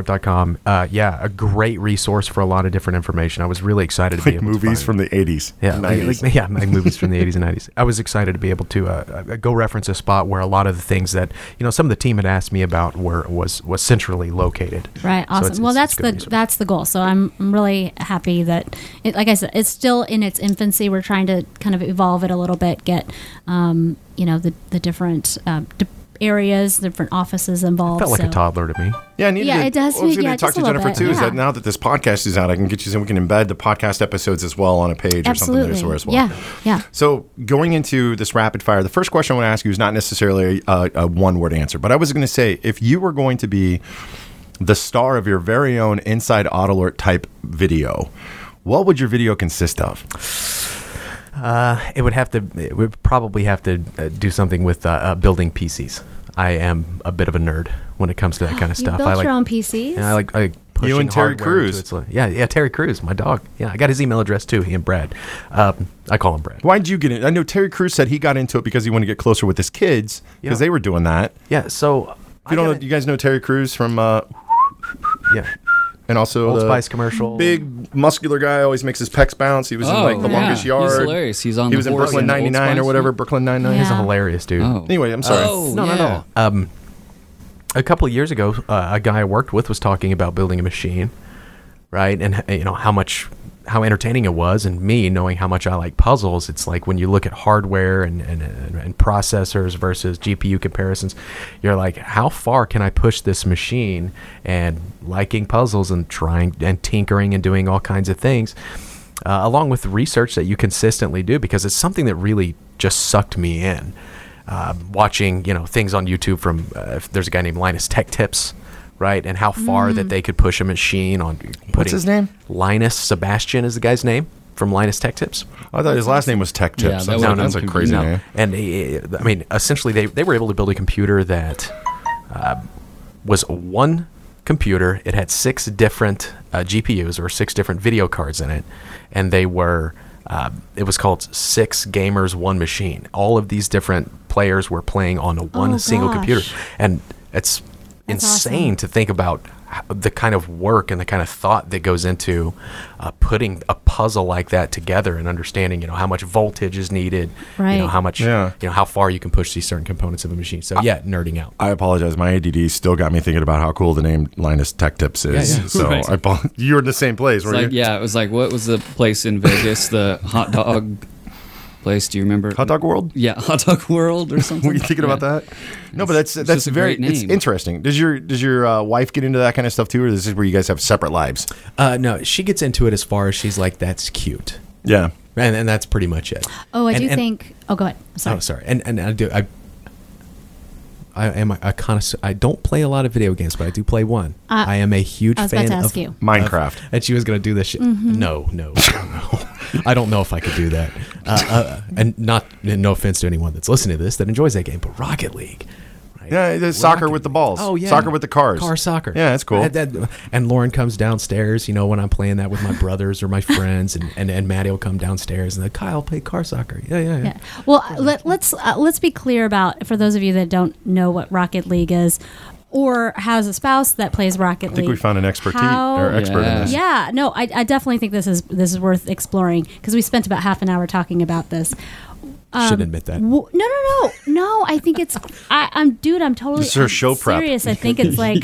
InsideAutoAlert.com, uh, yeah, a great resource for a lot of different information. I was really excited to be
Like
able
movies
to
from
find.
the 80s.
Yeah,
90s.
like, like- yeah, like
[LAUGHS]
movies from the 80s and 90s. I was excited to be able to uh, uh, go reference a spot where a lot of the things that you know some of the team had asked me about were was was centrally located.
Right,
So it's-
awesome. well,
it's-
that's
it's good
the
research.
that's the goal. So I'm I'm really happy that, it, like I said, it's still in its infancy. We're trying to kind of evolve it a little bit, get um, you know, the the different uh, di- areas, different offices involved.
Felt like
so.
a toddler to me.
Yeah, I needed
Yeah,
to,
it does
I was
feel-
going to
yeah,
talk
just
to
a little
Jennifer
bit,
too. Is that
yeah.
now that this podcast is out, I can get you some. We can embed the podcast episodes as well on a page or something
Absolutely.
there as well.
Yeah. Yeah.
So going into this rapid fire, the first question I want to ask you is not necessarily a, a one word answer, but I was going to say if you were going to be the star of your very own Inside Auto Alert type video, what would your video consist of?
Uh, it would have to. It would probably have to uh, do something with uh, uh, building PCs. I am a bit of a nerd when it comes to that kind
Ah,
of
You
stuff.
built
I like,
your own PCs?
Yeah, I like. I like pushing
and Terry
hardware into
Crews.
its li- Yeah, yeah, Terry Crews, my dog. Yeah, I got his email address too. He and Brad. Um, I call him Brad.
Why did you get it? I know Terry Crews said he got into it because he wanted to get closer with his kids because
Yeah.
they were doing that.
Yeah. So
If you don't know, you guys know Terry Crews from uh,
yeah,
and also
Old
the
Spice commercial.
Big muscular guy always makes his pecs bounce. He was in
Oh,
like the
yeah.
longest
He's
yard.
hilarious. He's on
He
the
was in
horse
Brooklyn
in Old
'99 or
Spice.
whatever. Brooklyn '99.
He's a
Yeah.
hilarious dude.
Oh.
Anyway, I'm sorry.
Oh,
no,
yeah.
no, no. Um, a couple of years ago, uh, a guy I worked with was talking about building a machine, right? And h- you know how much how entertaining it was, and me knowing how much I like puzzles, it's like when you look at hardware and and, and, and processors versus GPU comparisons, you're like, how far can I push this machine? And liking puzzles and trying and tinkering and doing all kinds of things. Uh, along with research that you consistently do because it's something that really just sucked me in um, watching you know things on YouTube from uh, if there's a guy named Linus Tech Tips, right? And how far that they could push a machine on. Putting
his name?
Linus Sebastian is the guy's name from Linus Tech Tips.
I thought his last name was Tech
Yeah,
Tips.
that
that's,
would've
that's a
been
crazy
confusing.
name.
And he, I mean, essentially they they were able to build a computer that uh, was one computer. It had six different uh, GPUs or six different video cards in it, and they were. Uh, it was called Six Gamers One Machine. All of these different players were playing on a one
Oh,
single
gosh.
computer, and it's
That's
insane
awesome.
to think about h- the kind of work and the kind of thought that goes into uh, putting a puzzle like that together and understanding, you know, how much voltage is needed, you know,
Right.
how much,
Yeah.
you know, how far you can push these certain components of a machine. So yeah, nerding out.
I apologize. My ADD still got me thinking about how cool the name Linus Tech Tips is.
Yeah, yeah.
So
[LAUGHS] Right.
I apo- you were in the same place,
It's
were
like,
you?
yeah, it was like, what was the place in Vegas, the hot dog place? Do you remember?
Hot Dog World.
Yeah, Hot Dog World or something.
[LAUGHS] Were you thinking about that? No, but that's that's
just a
very
great
it's
name.
interesting. Does your does your uh, wife get into that kind of stuff too, or this is where you guys have separate lives?
Uh, no, she gets into it as far as she's like, that's cute.
Yeah.
And, and that's pretty much it.
Oh, I
And-
do
and-
think. Oh, go ahead. I'm sorry.
Oh, sorry. And, and I do, I, I am a, a connoisseur. I don't play a lot of video games, but I do play one.
Uh,
I am a huge
I was
fan
about to ask
of
you. Mm-hmm.
Minecraft.
and she was gonna do this shit. No, no, no. [LAUGHS] I don't know if I could do that. Uh, uh, and not, and no offense to anyone that's listening to this that enjoys that game, but Rocket League. right?
Yeah, the soccer
Rocket
with the
League.
balls.
Oh yeah,
Soccer with the cars.
Car soccer.
Yeah, that's cool.
And, that- and Lauren comes downstairs. You know, when I'm playing that with my brothers or my friends, and and, and Maddie will come downstairs and like, Kyle play car soccer. Yeah, yeah, yeah.
Yeah. Well, let, let's uh, let's be clear about for those of you that don't know what Rocket League is, or has a spouse that plays Rocket League.
I think we found an expertee
How-
or expert in this.
Yeah, no, I, I definitely think this is this is worth exploring because we spent about half an hour talking about this.
Should admit that.
Wh- No, no, no, no. I think it's. I, I'm, dude. I'm totally.
This is our
I'm
show prep.
Serious. I think
[LAUGHS]
it's like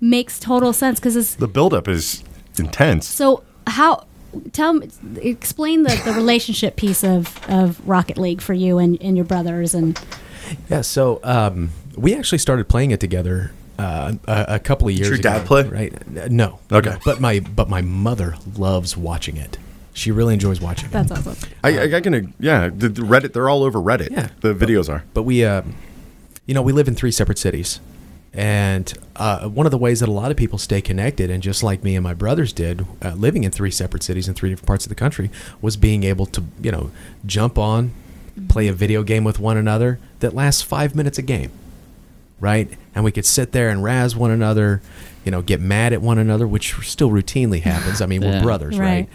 makes total sense because it's
The buildup is intense.
so how tell me explain the, the relationship piece of, of rocket league for you and, and your brothers and
Yeah, so um, we actually started playing it together uh, a, a couple of years.
your
ago,
dad play?
Right? Uh, No.
Okay.
no, But my but my mother loves watching it. She really enjoys watching
that's
it.
awesome
I, I, I can, uh, yeah, the, the Reddit, they're all over Reddit.
uh, Yeah.
The videos are.
But we, uh, you know, we live in three separate cities, and uh, one of the ways that a lot of people stay connected, and just like me and my brothers did, uh, living in three separate cities in three different parts of the country, was being able to you know jump on, play a video game with one another that lasts five minutes a game. right? And we could sit there and razz one another, you know, get mad at one another, which still routinely happens. I mean, we're
Yeah.
brothers,
Right.
right.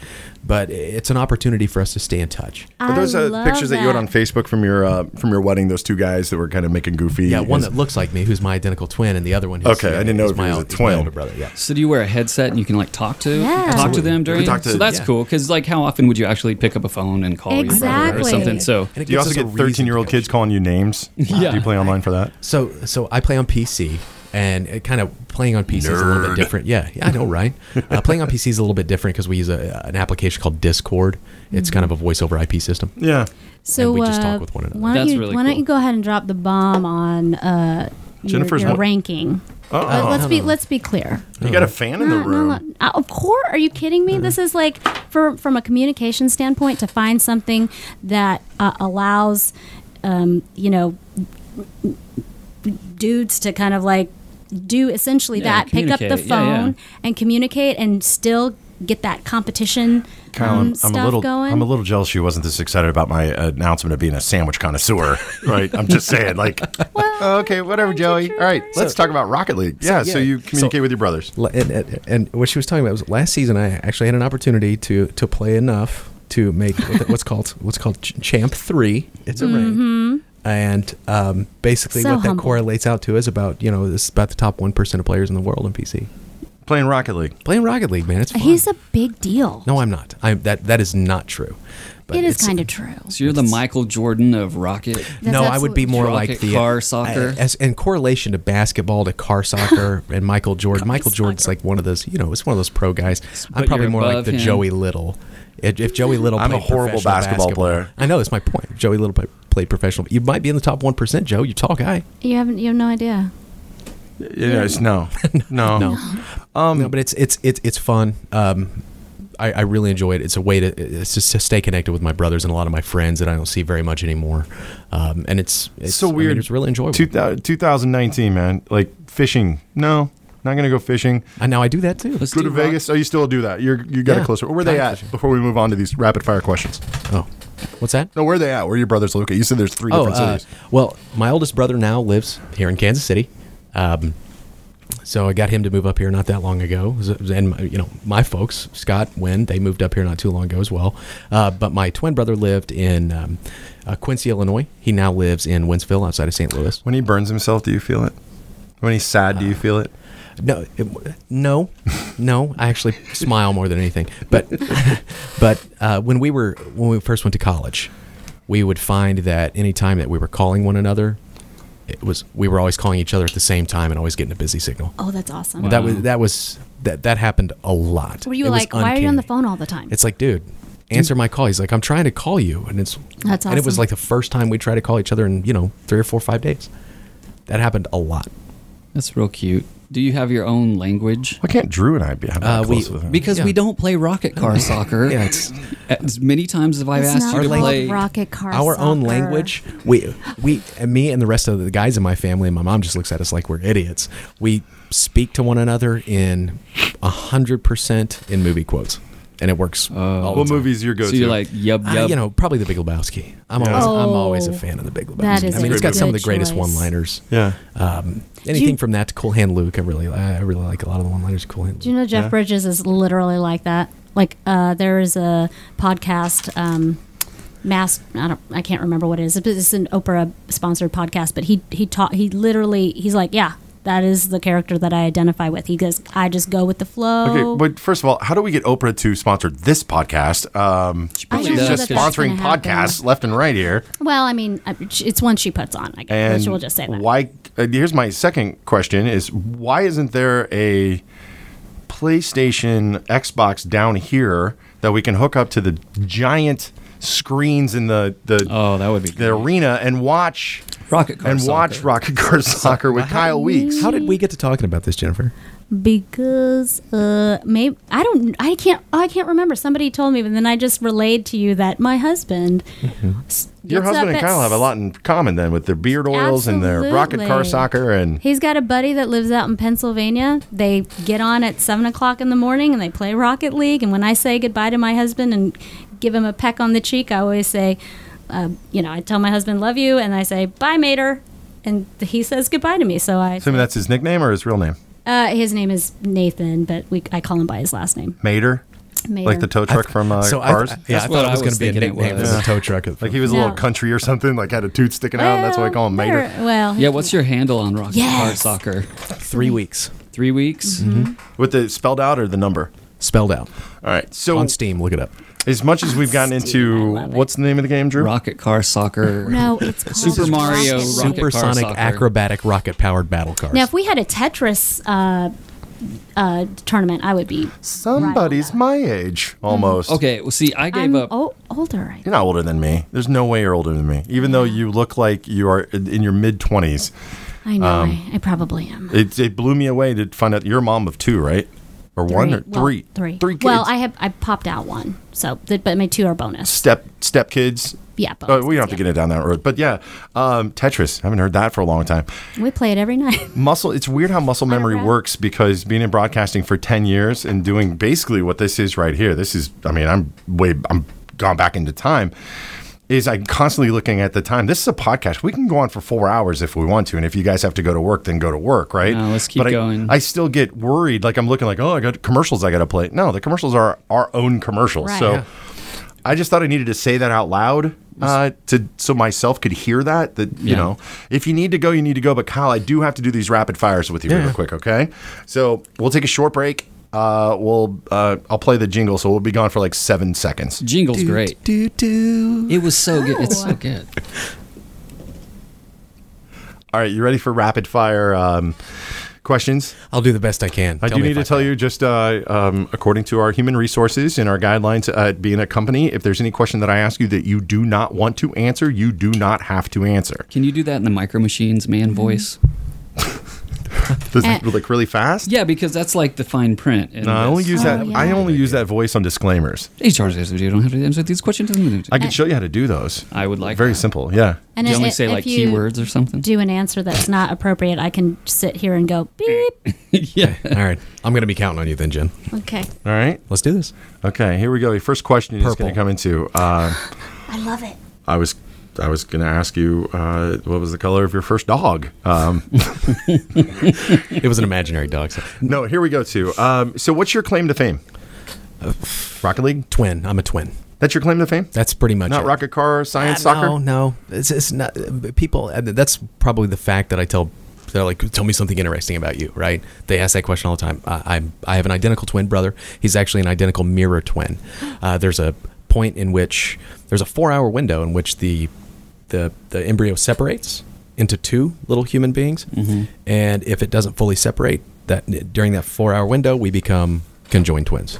But it's an opportunity for us to stay in touch.
Are those
I
uh,
love
pictures that. you had on Facebook from your uh, from your wedding? Those two guys that were kind of making goofy.
Yeah, one that looks like me, who's my identical twin, and the other one. Who's,
Okay, I
uh,
didn't know
is
if
my
he was
el-
a
is my
twin.
older brother. Yeah.
So do you wear a headset and you can like talk to
Yeah.
talk to
Absolutely.
them
We
during?
talk to-
so that's
yeah.
cool because like how often would you actually pick up a phone and call your brother or
Exactly.
something? So
And it
Do you
gives
also
us a
get
reason to [LAUGHS]
thirteen year old
go.
kids calling you names?
Yeah.
Do you play online for that?
So so I play on PC. and it kind of playing on PC is a little
Nerd.
bit different. Yeah, yeah, I know, right? uh, playing on PC is a little bit different because we use a, an application called Discord. It's kind of a voice over IP system.
Yeah.
So
we just talk
uh,
with one another.
Why don't,
That's
you,
really
why don't you go ahead and drop the bomb on uh, your-
Jennifer's
your
what-
ranking?
Oh.
Let- let's be
Oh.
let's be clear.
You got a fan in the room. Mm-hmm.
Uh, of course, are you kidding me? This is like for, from a communication standpoint to find something that uh, allows, um, you know, dudes to kind of like do essentially
Yeah,
that, pick up the
communicate. Yeah,
phone
yeah.
and communicate, and still get that competition
Kyle,
um,
I'm,
stuff
I'm a little
going.
I'm a little jealous she wasn't this excited about my announcement of being a sandwich [LAUGHS] connoisseur. Right. I'm just saying, like [LAUGHS] okay, whatever, Joey. All right, let's talk about Rocket League. Yeah, so you communicate with your brothers.
Le- And, and, and what she was talking about was last season. I actually had an opportunity to to play enough to make what- what's [LAUGHS] called what's called ch- Champ Three. It's a rank, and um, basically
Mm-hmm. So
what that
humble.
correlates out to is about you know this is about the top one percent of players in the world in PC
playing Rocket League.
Playing Rocket League, man. It's fun.
He's a big deal.
no, I'm not. I that that is not true.
it is kind of true.
So you're the Michael Jordan of rocket.
no, I would be more
Rocket
like the
car
I-
soccer.
as in correlation to basketball to car soccer and Michael Jordan. Michael Jordan's like one of those, you know, it's one of those pro guys. I'm
But
probably
you're
more like
above
the
him.
Joey Little. If if Joey Little,
I'm a
played
horrible
professional
basketball player.
I know that's my point. If Joey Little play, played professional. You might be in the top one percent, Joe. You're a tall guy.
You haven't you have no idea.
Yes, no, [LAUGHS] no,
no. Um, no, but it's it's it's it's fun. Um, I, I really enjoy it. It's a way to it's just to stay connected with my brothers and a lot of my friends that I don't see very much anymore. Um, and it's, it's
so
I mean,
weird.
it's really enjoyable.
Two, thou- 2019, man. Like fishing. No, not gonna go fishing.
I know I do that too.
go to Vegas. Oh, you still do that? You're you got
Yeah.
it closer. Where are they
Kayak
at? Before we move on to these rapid fire questions.
Oh, what's that?
No, where are they at? Where are your brothers located? You said there's three different
uh,
cities.
well, my oldest brother now lives here in Kansas City. Um, so I got him to move up here not that long ago, Z- and my- you know my folks, Scott, Wynn, they moved up here not too long ago as well. Uh, but my twin brother lived in um, uh, Quincy, Illinois. He now lives in Wentzville, outside of St. Louis.
When he burns himself, do you feel it? When he's sad,
Uh,
do you feel it?
No, it, no, no. I actually smile more than anything. But, [LAUGHS] but uh, when we were when we first went to college, we would find that any time that we were calling one another, it was we were always calling each other at the same time and always getting a busy signal.
Oh, that's awesome.
That was that was that that happened a lot.
Were you
It was
like, why are you on the
uncanny.
phone all the time?
It's like, dude, answer my call. He's like, I'm trying to call you, and it's
That's
and it was
awesome.
like the first time we tried to call each other in you know three or four or five days. That happened a lot.
That's real cute. Do you have your own language?
Why can't Drew and I be have
uh, we,
Mm.
Because we don't play rocket
[LAUGHS]
car soccer. [LAUGHS]
Yeah, it's-
as many times as I've
It's
asked
not
you to
called
play
rocket car
our own
soccer.
language. We we and me and the rest of the guys in my family and my mom just looks at us like we're idiots. We speak to one another in hundred percent in movie quotes, and it works. all the
What
time.
movies your go-to?
So you're like, yub,
Uh,
yub.
you know, probably the Big Lebowski. I'm
Yeah.
always I'm
Oh,
always a fan of the Big Lebowski.
that is
I mean,
a
it's got some of the
good
greatest
choice.
one-liners.
Yeah.
Um,
you-
anything from that to Cool Hand Luke, I really I really like a lot of the one-liners. of Cool Hand.
Do you know
Luke.
Jeff Bridges is literally like that? Like uh, there is a podcast, um, mass. I don't. I can't remember what it is. It's an Oprah sponsored podcast, but he he taught. He literally. He's like, yeah, that is the character that I identify with. He goes, I just go with the flow.
"Oh."
Okay, but first of all, how do we get Oprah to sponsor this podcast? Um,
probably
she's
does,
just
'cause-
sponsoring
That's gonna happen.
podcasts left and right here.
well, I mean, I- it's one she puts on. I
And
guess we'll just say that.
why? Uh, here's my second question: Is why isn't there a PlayStation, Xbox down here that we can hook up to the giant screens in the the
oh that would be
the arena and watch
rocket car
and watch
soccer.
rocket
[LAUGHS]
car soccer with Kyle Weeks?
How did we get to talking about this, Jennifer?
because uh maybe i don't i can't oh, i can't remember somebody told me but then i just relayed to you that my husband s-
Mm-hmm. Your
gets up
husband and
at
Kyle have a lot in common then with their beard oils and their rocket car
Absolutely.
soccer and
He's got a buddy that lives out in Pennsylvania. They get on at seven o'clock in the morning and they play Rocket League. And when I say goodbye to my husband and give him a peck on the cheek, I always say, uh, you know, I tell my husband love you, and I say bye, mater, and he says goodbye to me. So I,
so that's his nickname or his real name?
uh, his name is Nathan, but we I call him by his last name.
Mater?
Mater.
Like the tow truck from uh,
so I-
Cars?
yeah, I That's thought what it was I was gonna be a thinking it nickname was. for the tow truck.
Like he was a
No.
little country or something, like had a tooth sticking out, and that's why I call him Mater.
Mater- Well,
Yeah, what's your handle on rocket car
Yes. Mm-hmm.
soccer?
Three weeks.
Three weeks?
With the spelled out or the number?
Spelled out.
All right. So
on Steam, look it up.
As much as we've gotten into what's the name of the game, Drew?
Rocket Car Soccer.
No, it's called
Super Mario
Rocket
Rocket Car
Supersonic
Soccer.
acrobatic rocket powered battle cars.
Now, if we had a Tetris uh, uh, tournament, I would be.
Somebody's my age, almost.
Okay, well, see, I
gave I'm up- o- older.
You're not older than me. There's no way you're older than me, even though you look like you are in in your mid 20s.
I know.
Um,
I, I probably am.
It, it blew me away to find out you're a mom of two, right? Or one or
Well,
three.
three. Well, I have I popped out one, so th- but my two are bonus.
Step step kids.
Yeah,
Oh, we don't have to get it down that road, but yeah, um, Tetris. I haven't heard that for a long time.
We play it every night. [LAUGHS]
Muscle. It's weird how muscle memory works because being in broadcasting for ten years and doing basically what this is right here. This is. I mean, I'm way. I'm gone back into time. Is I'm constantly looking at the time. This is a podcast. We can go on for four hours if we want to, and if you guys have to go to work, then go to work, right?
No, let's keep
I-
going.
I still get worried. Like I'm looking like, oh, I got commercials I got to play. No, the commercials are our own commercials.
Right.
So
Yeah.
I just thought I needed to say that out loud uh, to so myself could hear that. That you
Yeah.
know, if you need to go, you need to go. But Kyle, I do have to do these rapid fires with you
Yeah.
real quick, okay? So we'll take a short break. Uh, we'll uh, I'll play the jingle, so we'll be gone for like seven seconds.
Jingle's great. It was so good. It's so good.
All right, you ready for rapid fire um, questions?
I'll do the best I can.
I
Tell
do
me
need
if
to
I
tell you, just uh, um, according to our human resources and our guidelines at being a company, if there's any question that I ask you that you do not want to answer, you do not have to answer.
Can you do that in the Micro Machines
Mm-hmm.
man voice?
Does it look really fast?
Yeah, Oh, because that's like the fine print. in
No, I
this.
only
Oh.
use that. I only use that voice on disclaimers.
HR says you don't have to answer these questions.
I could show you how to do those.
I would like
very simple. Yeah.
And
you
i-
only
i-
say
if
like
you-
keywords or something?
Do an answer that's not appropriate. I can sit here and go beep.
[LAUGHS] yeah.
All right. I'm going to be counting on you then, Jen.
Okay,
All right.
Let's do this.
Okay. Here we go. Your first question is going to come into. Uh,
I love it.
I was. I was going to ask you uh, what was the color of your first dog. Um,
It was an imaginary dog. So.
no, here we go. To um, so, what's your claim to fame? Rocket League.
Twin. I'm a twin.
That's your claim to fame.
That's pretty much
Not
it.
rocket car science
Uh,
soccer.
No, no. It's, it's not. uh, People. uh, That's probably the fact that I tell. They're like, tell me something interesting about you, right? They ask that question all the time. Uh, I'm. I have an identical twin brother. He's actually an identical mirror twin. Uh, there's a point in which there's a four-hour window in which the the the embryo separates into two little human beings, and if it doesn't fully separate that during that four-hour window, we become conjoined twins.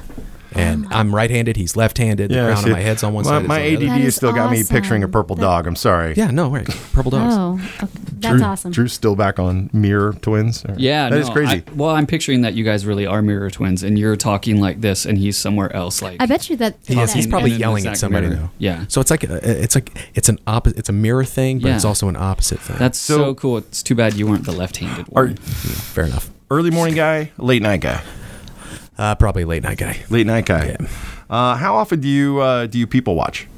And I'm right-handed. He's left-handed. the crown
see,
of my head's on one
my,
side. it's
My
on the other.
ADD
That
has
is
still got me picturing a
awesome.
purple dog. I'm sorry.
Yeah, no, right. Purple dogs.
Oh, okay. that's
Drew-
awesome.
Drew's still back on mirror twins.
Yeah,
that
no,
is crazy.
I- well, I'm picturing that you guys really are mirror twins, and you're talking like this, and he's somewhere else. Like
I bet you that.
He
Yes,
that-
he's probably
And an
yelling at
exact
somebody
mirror.
though.
Yeah.
So it's like a, it's like it's an opposite. It's a mirror thing, but it's
Yeah.
also an opposite thing.
that's so,
So-
cool. It's too bad you weren't the left-handed
Are-
one.
fair enough.
Early morning guy, late night guy,
Uh, probably a late night guy.
late night guy. Uh, how often do you uh, do you people watch?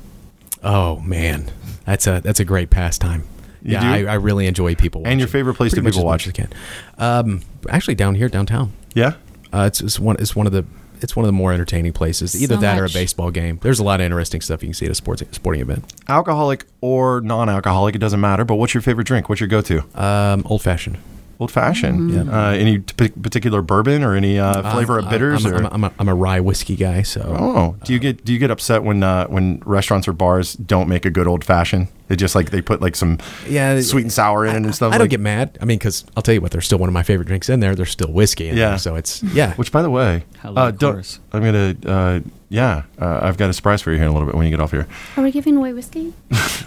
Oh man, that's a that's a great pastime.
You
yeah,
do?
I, I really enjoy people. Watching.
And your favorite place
Pretty
to
much
people
as much
watch?
as I can. Um, actually down here downtown.
Yeah.
Uh, it's, it's one it's one of the it's one of the more entertaining places. Either
So
that or a
much.
baseball game. There's a lot of interesting stuff you can see at a sports sporting event.
Alcoholic or non-alcoholic, it doesn't matter. But what's your favorite drink? What's your go-to?
Um, old fashioned.
Old fashioned.
mm-hmm.
Uh, any t- particular bourbon or any uh, flavor of bitters?
I'm,
or?
a, I'm, uh, a, I'm, a, I'm a rye whiskey guy, so
Oh, do you get do you get upset when uh, when restaurants or bars don't make a good old fashioned? They just like they put like some
Yeah,
sweet and sour in it and stuff.
I don't
like-
get mad. I mean, because I'll tell you what, they're still one of my favorite drinks in there. They're still whiskey in
Yeah.
there, so it's yeah.
Which, by the way,
Hello,
uh,
of
don't,
course.
I'm gonna uh, yeah, uh, I've got a surprise for you here in a little bit when you get off here.
Are we giving
[LAUGHS]
away whiskey?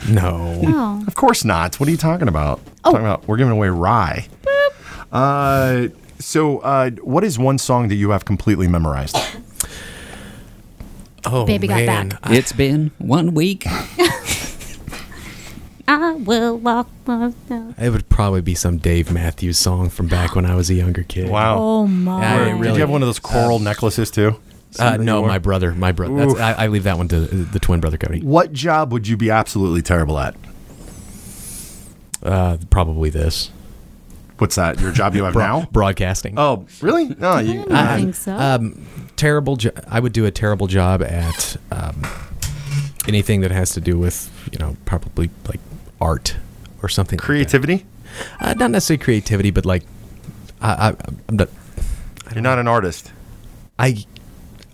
no,
Oh,
Of course not. What are you talking about?
Oh.
Talking about we're giving away rye. Uh, so, uh, what is one song that you have completely memorized?
oh
Baby got
man,
back.
It's been one week.
I will walk. my-
I- it would probably be some Dave Matthews song from back when I was a younger kid.
[COUGHS]
Uh,
Wow.
Oh my!
Yeah, it
Did
really-
you have one of those coral necklaces too?
Uh, no, my brother, my brother. That's, I, I leave that one to the twin brother Cody.
What job would you be absolutely terrible at?
Uh, probably this
What's that? Your job you [LAUGHS] have
Bro-
now?
broadcasting.
Oh, really? No, you.
I don't think so.
terrible. Jo- I would do a terrible job at um, anything that has to do with you know probably like art or something. like that.
Creativity?
Uh, not necessarily creativity, but like I, I, I'm not.
You're not an artist.
I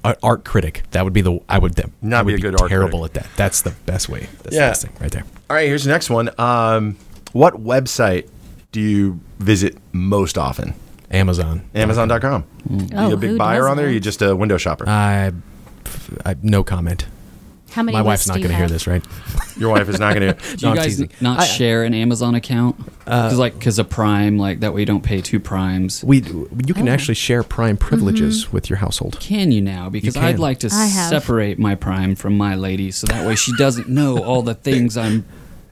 a art critic. That would be the I would not I would
be a good art
terrible at that. That's the best way. That's
Yeah.
the best thing right there.
All right, here's the next one. Um, what website do you visit most often?
Amazon.
Amazon.com. Are
Oh,
you a big
who
buyer on there? Or are
doesn't?
you just a window shopper?
I, I no comment.
How many
My
lists
wife's not
do you
going to hear
have?
this, right?
Your wife is not
[LAUGHS]
going
to.
Do you guys not share an Amazon account? Because like, because a Prime, like that way you don't pay two Primes.
We you
Oh.
can actually share Prime privileges
Mm-hmm.
with your household.
Can you now? Because I'd
can.
like to
I have.
separate my Prime from my lady, so that way she doesn't know all the things I'm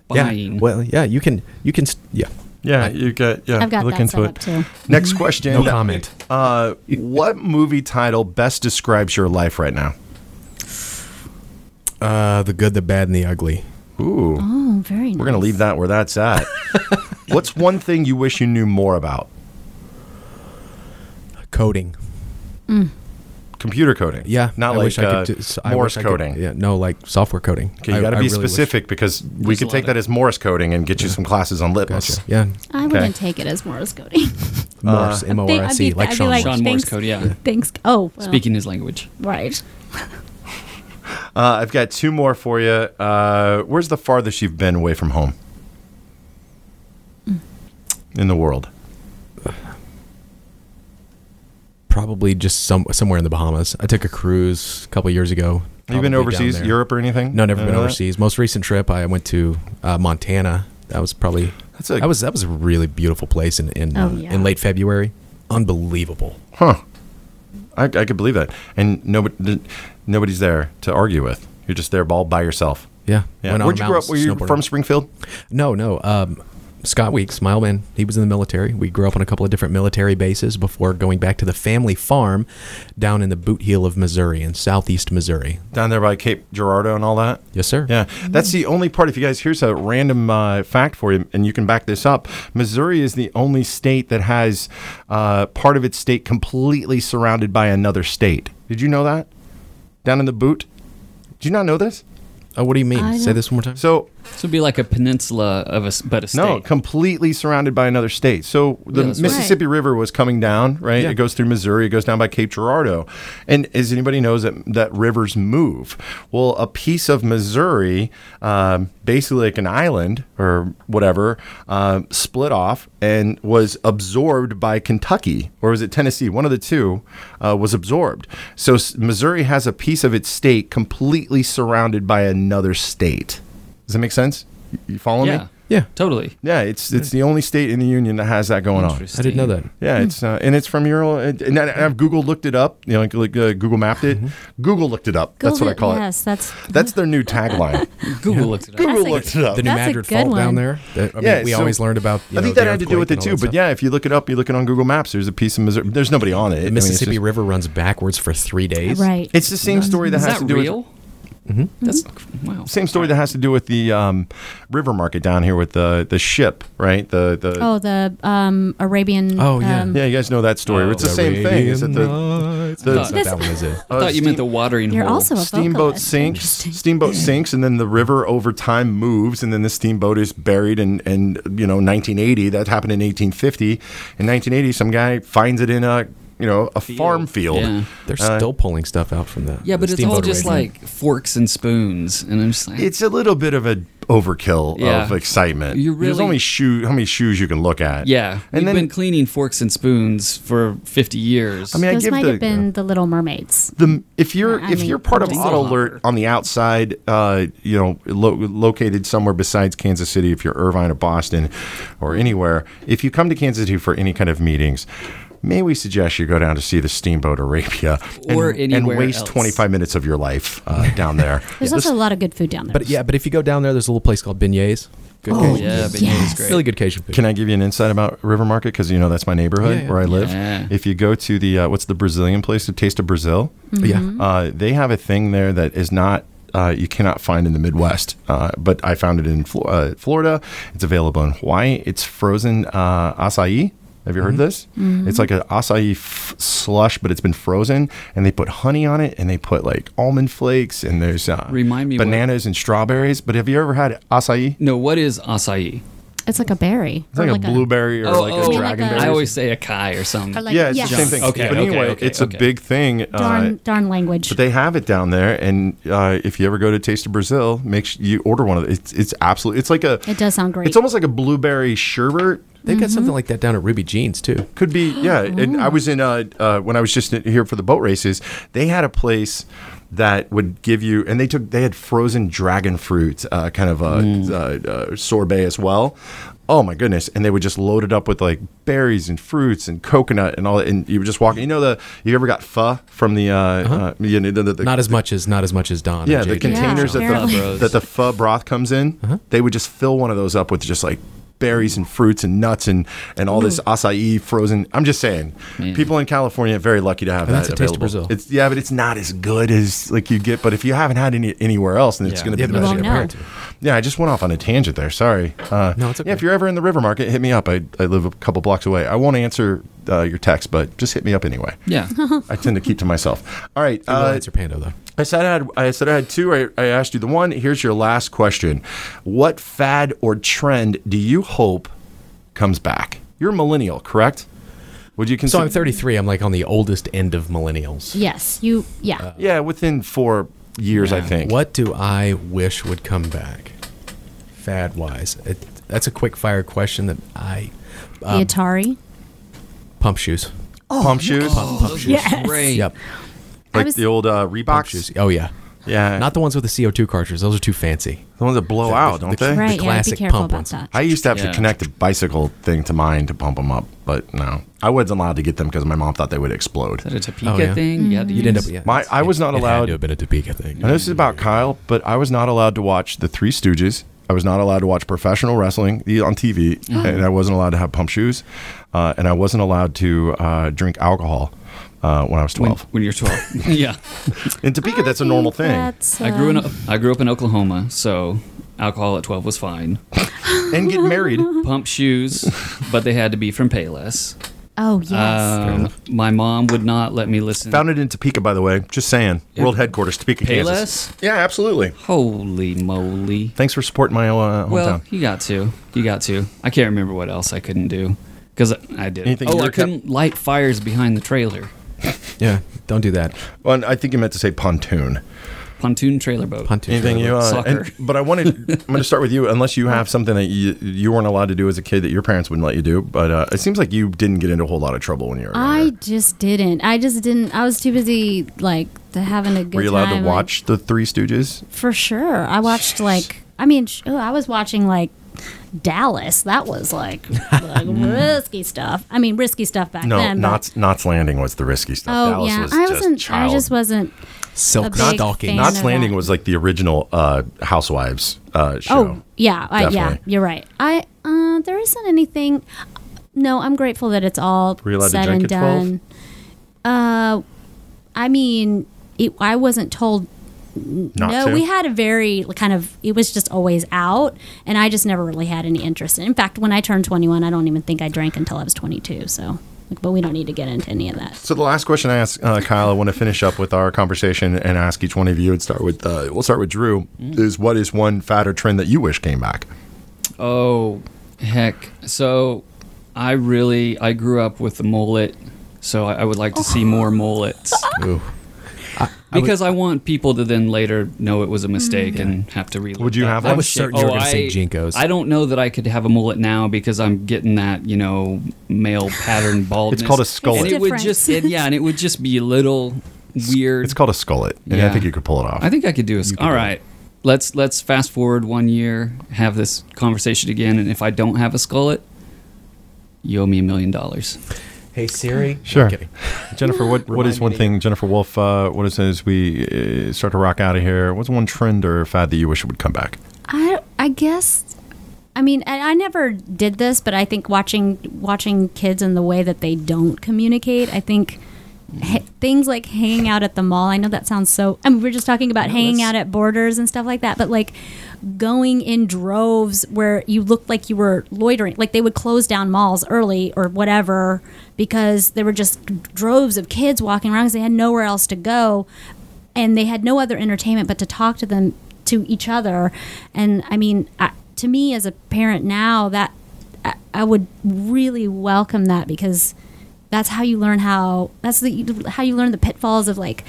buying.
Yeah. Well, yeah, you can. You can. s- Yeah.
Yeah, you got. Yeah,
I've got
look
that
into
set
it.
up too.
Next question.
No comment.
Uh, what movie title best describes your life right now?
Uh, the good, the bad, and the ugly.
Ooh.
Oh, very
We're gonna leave that where that's
[LAUGHS]
at. What's one thing you wish you knew more about?
Coding.
Mm.
Computer coding.
Yeah.
Not
I
like
wish I
uh,
could do- s- I
Morse
wish I could-
coding.
yeah. No, like software coding.
Okay, you
I-
got to
I
be
really wish-
specific because we could take that as Morse coding and get you some classes on Litmus.
Yeah.
I wouldn't take it as Morris Cody.
Uh,
[LAUGHS]
Morse, M O R S E,
I'd be- I'd
like
be
Sean
like,
Morse.
Sean Morse
thanks-
code, yeah.
[LAUGHS] Thanks. Oh, well,
Speaking his language.
right.
Uh, I've got two more for you. Uh, where's the farthest you've been away from home?
Hmm.
In the world.
Probably just some somewhere in the Bahamas. I took a cruise a couple years ago.
Have you been
probably down
overseas,
there.
Europe Uh-huh. or anything? Uh,
No, never
None
been
of that?
overseas. Most recent trip, I went to uh, Montana. That was probably
That's a-
that was that was a really beautiful place in in,
Oh,
uh,
yeah.
in late February. Unbelievable.
Huh. I, I could believe that. And nobody, nobody's there to argue with. You're just there all by yourself.
Yeah.
Yeah.
Went on
Where'd
a
you grow up?
mountain
Were you
snowboarding.
from Springfield?
No, no. Um, Scott Weeks, my old man, he was in the military. We grew up on a couple of different military bases before going back to the family farm down in the boot heel of Missouri in southeast Missouri.
down there by Cape Girardeau and all that?
Yes, sir.
Yeah, that's the only part. If you guys, here's a random uh, fact for you, and you can back this up. Missouri is the only state that has uh, part of its state completely surrounded by another state. Did you know that? Down in the boot. Did you not know this?
Oh, what do you mean?
I Say don't- this
one more time.
So,
this would be like a peninsula of a s- but a state.
No, completely surrounded by another state. So the
Yeah, that's right.
Mississippi River was coming down, right?
Yeah.
It goes through Missouri, it goes down by Cape Girardeau. And as anybody knows, that, that rivers move. Well, a piece of Missouri, um, basically like an island or whatever, um, split off and was absorbed by Kentucky, or was it Tennessee? One of the two uh, was absorbed. So s- Missouri has a piece of its state completely surrounded by another state. Does that make sense? You- You following me?
Yeah. Yeah. Totally.
Yeah, it's it's the only state in the union that has that going on.
Interesting. I didn't know that.
Yeah, it's uh, and it's from your own- and and I- I've Google looked it up. You know, like, like uh, Google mapped it.
Mm-hmm.
Google looked it up. that's what I
Google-
call
Yes, that's
it. That's their new
[LAUGHS]
tagline.
Google looked it
up.
Google
That's a-
looked it up.
The New
That's a
Madrid
good
fault down
one.
there. That, I mean, we
so-
always learned about. you
I
know,
think
the
that had to do
earthquake
with
and
it
all
too.
that
But
stuff.
yeah, if you look it up, you look it on Google Maps. There's a piece of Missouri. There's nobody on it. I mean,
The
it's
Mississippi
just-
River runs backwards for three days.
Right. It's the same story that
Is
has to
that
do with-
real?
Mm-hmm.
That's wow.
Same story that has to do with the um, river market down here with the the ship, right? The the
oh the um Arabian. um,
Oh, yeah. You guys know that story.
Oh,
it's the same thing. Is it the, the-
I thought, I
uh,
thought you meant the watering
You're
hole.
also a
steamboat sinks steamboat sinks and then the river over time moves and then the steamboat is buried and and you know 1980 that happened in 1850 in 1980 some guy finds it in a you know a farm field
Yeah.
They're
Uh,
still pulling stuff out from the.
Yeah, but
the
it's all
steamboat
just
arrays.
like forks and spoons, and I'm just like,
it's a little bit of a overkill
Yeah.
of excitement
You
there's
really-
only shoe how many shoes you can look at
yeah.
and
We've
then
been cleaning forks and spoons for 50 years.
I mean, I
those
give
might
the-
have been the Little Mermaids.
the if you're
I
if
mean,
you're part of
just-
Auto Alert on the outside, uh, you know, lo- located somewhere besides Kansas City, if you're Irvine or Boston or anywhere, if you come to Kansas City for any kind of meetings. May we suggest you go down to see the Steamboat Arabia and,
Or anywhere
and waste
else.
25 minutes of your life uh, down
[LAUGHS]
there?
There's also a lot of good food down there.
But yeah, but if you go down there, there's a little place called Beignets. Good
Oh,
Cajun
yeah,
food.
Beignets is great.
Really good Cajun food.
Can I give you an insight about River Market? Because you know that's my neighborhood
Yeah, yeah.
where I live.
Yeah.
If you go to the uh, what's the Brazilian place, the Taste of Brazil,
Yeah.
uh, they have a thing there that is not. Uh, you cannot find in the Midwest, uh, but I found it in Flo- uh, Florida. It's available in Hawaii. It's frozen uh, acai. Have you heard this?
Mhm.
It's like an acai f- slush, but it's been frozen, and they put honey on it, and they put like almond flakes, and there's uh,
Remind me what-
bananas and strawberries. But have you ever had acai?
No, what is acai?
It's like a berry.
It's like
Or
a blueberry or
Oh,
like
oh,
a
like
dragonberry.
I always say a kai or something.
Or like-
yeah, it's
yes.
the same thing.
Okay,
but
okay,
anyway,
okay,
it's
okay.
a big thing.
darn,
uh,
darn language.
but they have it down there, and uh, if you ever go to Taste of Brazil, make sure you order one of those. It's, it's absolutely. It's like a.
It does sound great.
It's almost like a blueberry sherbet.
They've got something like that down at Ruby Jeans too.
Could be, yeah. And I was in uh, uh, when I was just in- here for the boat races. They had a place that would give you, and they took they had frozen dragon fruit, uh, kind of a uh, uh, sorbet as well. Oh my goodness! And they would just load it up with like berries and fruits and coconut and all. that. And you were just walking. You know the you ever got pho from the uh, uh you know the, the, the
Not as much as not as much as Don. or
yeah the
JJ.
containers
Yeah,
that the
apparently.
that the pho broth comes in.
Uh-huh.
They would just fill one of those up with just like berries and fruits and nuts and and all this
Mm.
acai frozen. I'm just saying, people in California are very lucky to have
And
that
that's a taste
available.
of Brazil.
It's yeah, but it's not as good as like you get. But if you haven't had any anywhere else, then it's
Yeah.
going to
Yeah,
be
but
the
that's
best.
Well,
what
no.
I compared it to.
Yeah, I just went off on a tangent there. Sorry. Uh,
No, it's
Yeah, if
okay.
you're ever in the River Market, hit me up. I, I live a couple blocks away. I won't answer uh, your text, but just hit me up anyway.
[LAUGHS]
[LAUGHS]
yeah.
I tend to keep to myself. All right.
Well,
Uh,
that's your panda though.
I said I had, I said I had two. I, I asked you the one. Here's your last question. What fad or trend do you hope comes back? You're a millennial, correct? Would you
So
consider?
I'm 33. I'm like on the oldest end of millennials.
yes, you. Yeah.
Uh,
yeah, within four years, I think.
What do I wish would come back, fad wise? It, that's a quick fire question that I um,
the
eh,
Atari.
pump shoes.
Pump shoes,
Oh, Those were
Yes.
great.
Yep,
like
Oh, I was-
the old uh,
pump
Reebok
shoes. Oh yeah,
Yeah,
not the ones with the CO2 cartridge. Those are too fancy.
the ones that blow out,
the-
don't
the-
they?
Right. yeah. Be
classic
careful
pump
about
ones.
that.
I used to have
Yeah.
to connect a bicycle thing to mine to pump them up, but no, I wasn't allowed to get them because my mom thought they would explode.
Is that a Topeka
Oh, yeah.
thing?
Mm-hmm.
You had to
You'd end up.
use-
Yeah,
My-
it's-
I was
it-
not
it
allowed-
Had to have been a Topeka thing.
I know this is about Kyle, but I was not allowed to watch the Three Stooges. I was not allowed to watch professional wrestling the- on TV,
Mm-hmm.
and I wasn't allowed to have pump shoes, uh, and I wasn't allowed to uh, drink alcohol uh, when I was
When,
twelve.
when
[LAUGHS]
you're 12. [LAUGHS] yeah.
In Topeka, that's a normal thing,
That's,
I grew
um,
in I grew up in Oklahoma, so alcohol at 12 was
[LAUGHS]
fine.
and get married.
[LAUGHS] Pump shoes, but they had to be from Payless.
Oh yes.
Uh,
Um, my mom would not let me listen.
Founded in Topeka, by the way. Just saying, world headquarters, Topeka, Kansas.
Payless?
Yeah, absolutely.
Holy moly.
Thanks for supporting my uh, hometown.
Well, you got to. You got to. I can't remember what else I couldn't do because I did.
Anything you
oh, I
were kept-
couldn't light fires behind the trailer.
Yeah, don't do that.
Well, and I think you meant to say pontoon.
Pontoon trailer boat.
Pontoon.
Anything you uh,
Soccer.
and- [LAUGHS] but I wanted. I'm going to start with you. Unless you have something that you you weren't allowed to do as a kid that your parents wouldn't let you do, but uh, it seems like you didn't get into a whole lot of trouble when you were.
I
younger.
just didn't. I just didn't. I was too busy like to having a good.
Were you allowed
time,
to
like,
watch the Three Stooges?
for sure. I watched like. I mean, sh- oh, I was watching like Dallas. That was
[LAUGHS]
like, like risky stuff. I mean, risky stuff back
No,
then. but-
Knots Knots Landing was the risky stuff.
Oh
Dallas
yeah,
was
I
just
wasn't.
Child.
I just wasn't. A
Silk
big
stockings.
fan
Not-
Knots
of
Landing
that.
was like the original uh, Housewives uh, show.
Oh yeah, I, yeah.
Definitely.
You're right. I uh, there isn't anything. No, I'm grateful that it's all
Were you allowed to
said
drink
and
at 12?
done. Uh, I mean, it, I wasn't told
Not
no,
to?
we had a very kind of it was just always out, and I just never really had any interest in. In fact, when I turned 21, I don't even think I drank until I was 22. So, like, but we don't need to get into any of that.
So the last question I asked uh, Kyle, I want to finish up with our conversation and ask each one of you. And start with uh, we'll start with Drew. Is what is one fad or trend that you wish came back?
Oh, heck. So I really I grew up with the mullet, so I, I would like to see more mullets
Ooh.
because I, want people to then later know it was a mistake
Mm,
and have to relive.
Would you
that.
have one? Oh, I was
certain you were gonna say
I-
Jinkos.
I don't know that I could have a mullet now because I'm getting that you know
[LAUGHS]
male pattern baldness.
called a skullet.
And
It's
it would
different.
just it, yeah, and it would just be a little weird.
It's called a skullet, and I
Yeah.
think you could pull it off.
I think I could do a. All right, let's let's fast forward one year, have this conversation again, and if I don't have a skullet, you owe me a million dollars.
Hey Siri.
[LAUGHS] Sure.
I'm kidding.
Jennifer, what, what is
Remind
one
me.
thing, Jennifer Wolf, uh, what is as we uh, start to rock out of here, what's one trend or fad that you wish would come back?
I I guess I mean I, I never did this, but I think watching watching kids and the way that they don't communicate, I think ha- things like hanging out at the mall. I know that sounds so. I mean, we we're just talking about hanging out at borders and stuff like that, but like going in droves where you looked like you were loitering, like they would close down malls early or whatever because there were just droves of kids walking around because they had nowhere else to go and they had no other entertainment but to talk to them to each other and i mean I, to me as a parent now, that I, I would really welcome that because that's how you learn how that's the how you learn the pitfalls of like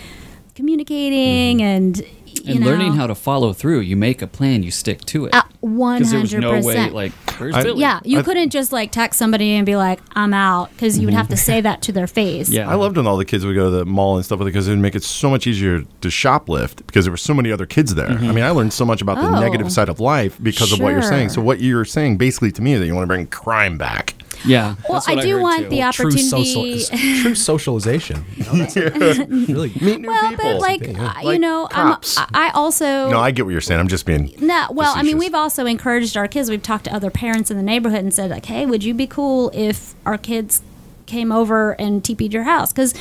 communicating and you
Mm-hmm. and
know
learning how to follow through. You make a plan, you stick to it.
At Uh, 100%.
there was no way, like, where's Billy?
Yeah, you
I-
couldn't just like text somebody and be like, I'm out, because you would have to say that to their face.
I loved when all the kids would go to the mall and stuff with it because it would make it so much easier to shoplift because there were so many other kids there.
Mm-hmm.
I mean, I learned so much about the
Oh.
negative side of life because of what you're saying. So
Sure.
what you're saying basically to me is that you want to bring crime back.
Yeah.
Well, I do want the
True, social,
[LAUGHS] opportunity.
is- true
[LAUGHS]
socialization. You know, that's really meet new
well, but like, uh, you know, I'm,
cops.
I I also
No, I get what you're saying. I'm just being.
No, well, I mean,
facetious.
we've also encouraged our kids. We've talked to other parents in the neighborhood and said, like, hey, would you be cool if our kids came over and teepeed your house? Because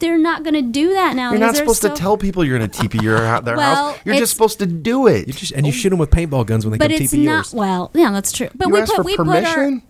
they're not going to do that now.
You're
because
not
they're
supposed
so-
to tell people you're going to TP your, hou- their
Well,
house. You're
it's-
just supposed to do it. You
just, and you shoot them with paintball guns when they
But
come
it's
TP
not
yours.
well. Yeah, that's true. But
You
we
asked
put
for
we put our
permission?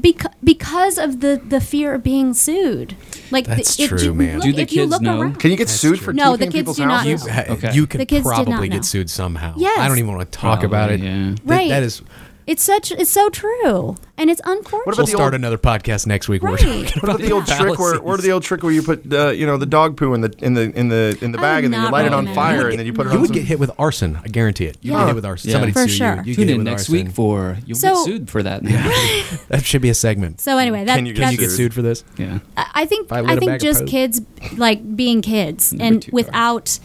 because because of the the fear of being sued. Like the-
That's
if
true,
you
man.
look- if you look around-
Can you get sued for
No, the
TPing
kids
people's
do not.
houses?
You,
know.
ha- you could
The kids did not
probably
know.
get sued somehow.
Yes.
I don't even want to talk about it.
Probably,
Th-
Right.
that is.
It's such it's so true, and it's unfortunate.
we'll start another podcast next week. where we're
Right.
talking
What about the old trick where? What about the old trick where you put uh, you know the dog poo in the in the in the in the
I
bag
would
and then you
not
light it on
recommend
fire
that.
and then you put it
You
on.
would
some-
get hit with arson. I guarantee it. You would get
Yeah.
hit with arson.
Yeah.
Somebody
For
sue
sure.
you. You
Tune
get hit
in
with
next
arson.
week for you'll
So-
get sued for that. now.
That should be a segment.
So anyway, that
can you get,
that's-
sued for this?
[LAUGHS] Yeah.
I I think
If I
I,
lit a bag
think
of
just
Pope.
kids like being kids
Never
and
too
without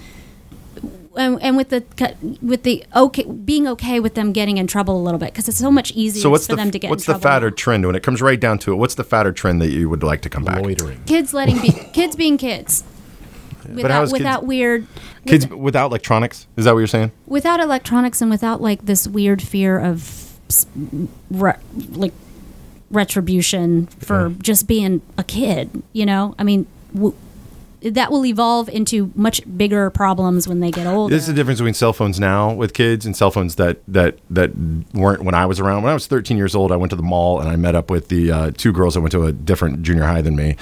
and, and with the cu- with the okay being okay with them getting in trouble a little bit because it's so much easier
So what's
for
the
them to get
what's
in
the
trouble.
fatter trend when it comes right down to it? What's the fatter trend that you would like to come back? Loitering.
kids letting be kids being kids
how
without
is kids-
without weird
Kids without electronics. Is that what you're saying?
without electronics and without like this weird fear of s- re- like retribution for just being a kid you know i mean w- that will evolve into much bigger problems when they get older
This is the difference between cell phones now with kids and cell phones that that that weren't when I was around. When I was 13 years old, I went to the mall and I met up with the uh, two girls that went to a different junior high than me.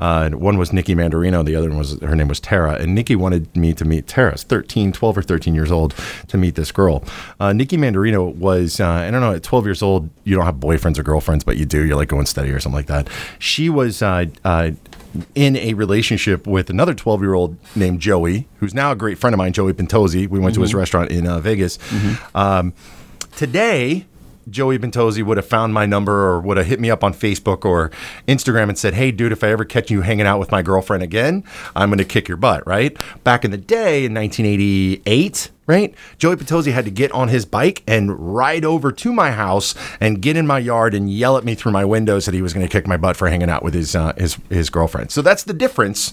Uh, and one was Nikki Mandarino, the other one was her name was Tara. And Nikki wanted me to meet Tara. I was 13, 12 or 13 years old to meet this girl. Uh, Nikki Mandarino was uh, I don't know at 12 years old you don't have boyfriends or girlfriends, but you do. You're like going steady or something like that. She was. Uh, uh, in a relationship with another 12 year old named Joey, who's now a great friend of mine, Joey Pentozzi. We went to his
Mhm.
restaurant in uh, Vegas. Um, today, Joey Pentozzi would have found my number or would have hit me up on Facebook or Instagram and said, Hey, dude, if I ever catch you hanging out with my girlfriend again, I'm going to kick your butt, right? Back in the day in 1988, right? Joey Patozzi had to get on his bike and ride over to my house and get in my yard and yell at me through my windows that he was going to kick my butt for hanging out with his uh, his his girlfriend. So that's the difference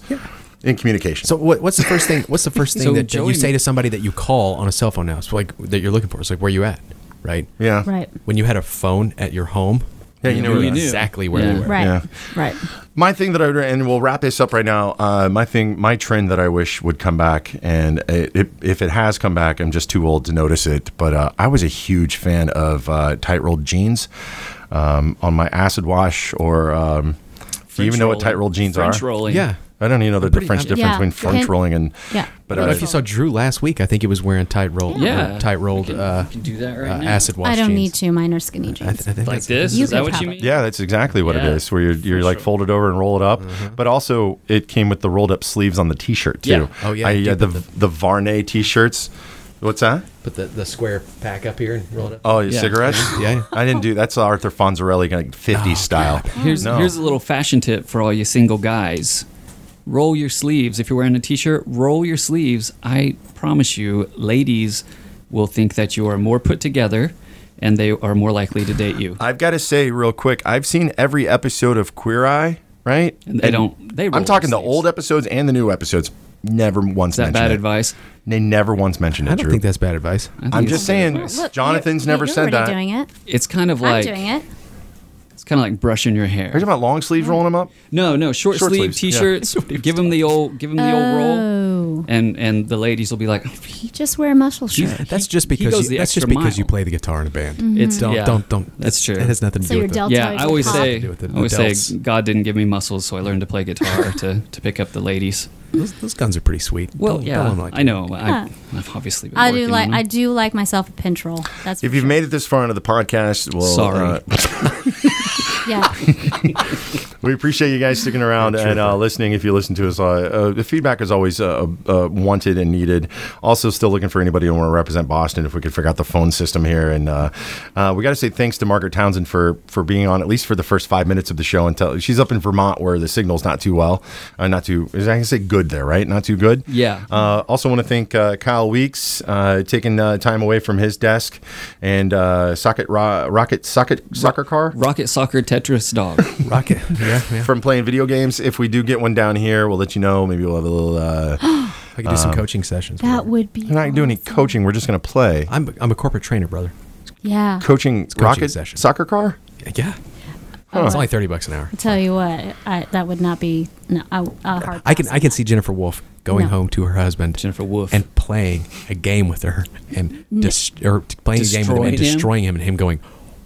in communication.
So what, what's the first thing? What's the first thing
So
that, that
Joey-
you say to somebody that you call on a cell phone now? It's like that you're looking for. It's like where you at, right?
Yeah.
Right.
When you had a phone at your home,
Yeah, you knew where you knew.
exactly where
Yeah.
they were.
Right. Yeah.
right
My thing that I would, and we'll wrap this up right now. Uh, my thing, my trend that I wish would come back, and it, it, if it has come back, I'm just too old to notice it. But uh, I was a huge fan of uh, tight rolled jeans um, on my acid wash, or um, do you
French
even know what
rolling.
tight rolled jeans
French
are?
rolling. Yeah.
I don't even know the
pretty-
difference
I'm-
difference
Yeah.
between French
Can-
rolling and.
But I don't know if you saw Drew last week. I think he was wearing tight roll,
Yeah.
or tight rolled, uh,
do that right
uh,
now.
acid wash
i don't
jeans.
need to mine are skinny jeans
like this?
You
is that
could
what
have
you
it.
mean?
Yeah, that's exactly what
Yeah.
it is. Where you're, you're like folded over and roll it up, but also it came with the rolled up sleeves on the t-shirt too.
Mm-hmm. Yeah. Oh, yeah,
I,
you do
uh, the,
put
the Varney t-shirts. What's that?
Put the, the square pack up here and roll it up.
Oh, your cigarettes?
Yeah, yeah.
I didn't do that's Arthur Fonzarelli like 50 style.
Oh, Here's
No.
here's a little fashion tip for all you single guys. Roll your sleeves. If you're wearing a t-shirt, roll your sleeves. I promise you, ladies will think that you are more put together and they are more likely to date you.
I've got to say real quick, I've seen every episode of Queer Eye, right?
And they don't- they roll
I'm talking the
sleeves.
old episodes and the new episodes. Never once
that
mentioned
bad
it.
advice?
They never once mentioned it.
I don't
Drew.
think that's bad advice.
I'm just saying, Jonathan's never
you're
said
already
that.
doing it
It's kind of
i'm
like
doing it
it's kind of like brushing your hair. Are you
talking about long sleeves rolling them up?
No, no, short,
Short
sleeve
sleeves, yeah.
[LAUGHS]
t-shirts. Give them the old give them the old roll.
Oh.
And and the ladies will be like, "Oh,
you just wear a muscle shirt
That's just
He
because
goes
you,
the
that's just
extra
because you
mile.
play the guitar in a band.
Mhm. It's-
don't
yeah.
don't don't.
That's true.
It has nothing to
Mm-hmm. So
do
your
with
deltoids
it.
Yeah, I always say,
Nothing to do with the
I always
delts. [LAUGHS]
say, God didn't give me muscles, so I learned to play guitar to, to pick up the ladies.
Those, those guns are pretty sweet.
Well,
Tell-
yeah,
tell 'em like
I know. I,
Yeah.
I've obviously been
I
working
do like
on 'em.
I do like myself a Pinterol. That's
If you've made it this far into the podcast, well, uh,
Sorry.
yeah.
we appreciate you guys sticking around and uh, listening. If you listen to us, uh, uh, the feedback is always uh, uh, wanted and needed. Also, still looking for anybody who want to represent Boston. If we could figure out the phone system here, and uh, uh, we got to say thanks to Margaret Townsend for for being on at least for the first five minutes of the show. Until she's up in Vermont, where the signal's not too well, uh, not too. I can say good there, right? Not too good.
Yeah.
Uh, also, want to thank uh, Kyle Weeks uh, taking uh, time away from his desk and uh, socket ro- rocket socket soccer car
rocket soccer Tetris
[LAUGHS]
dog. [LAUGHS]
rocket. Yeah, yeah.
from playing video games. If we do get one down here, we'll let you know. Maybe we'll have a little. Uh, I
I could do some coaching sessions.
That would be
We're not doing any coaching. We're just going to play.
I'm I'm a corporate trainer, brother.
yeah.
Coaching,
coaching
rocket
session.
soccer car.
Yeah.
Oh,
It's
I
only thirty bucks an hour.
tell you what, I, that would not be no, a, a hard.
I can I can see Jennifer Wolf going
No.
home to her husband
Jennifer Wolf.
and playing a game with her and dis- or t- playing a game with him
Destroying
and
him?
destroying him and him going,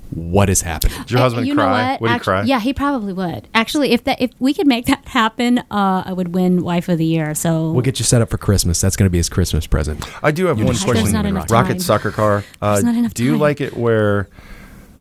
what is happening?
Did your
Uh,
husband
you know
cry?
what?
Would he
Actu-
cry?
Yeah, he probably would. Actually, if that if we could make [LAUGHS] that happen, uh, I would win wife of the year. So
We'll get you set up for Christmas. That's going to be his Christmas present.
I do have
You're
one
just
question.
There's not enough
time.
Rocket soccer car. Uh,
There's not enough
do you
time.
like it where?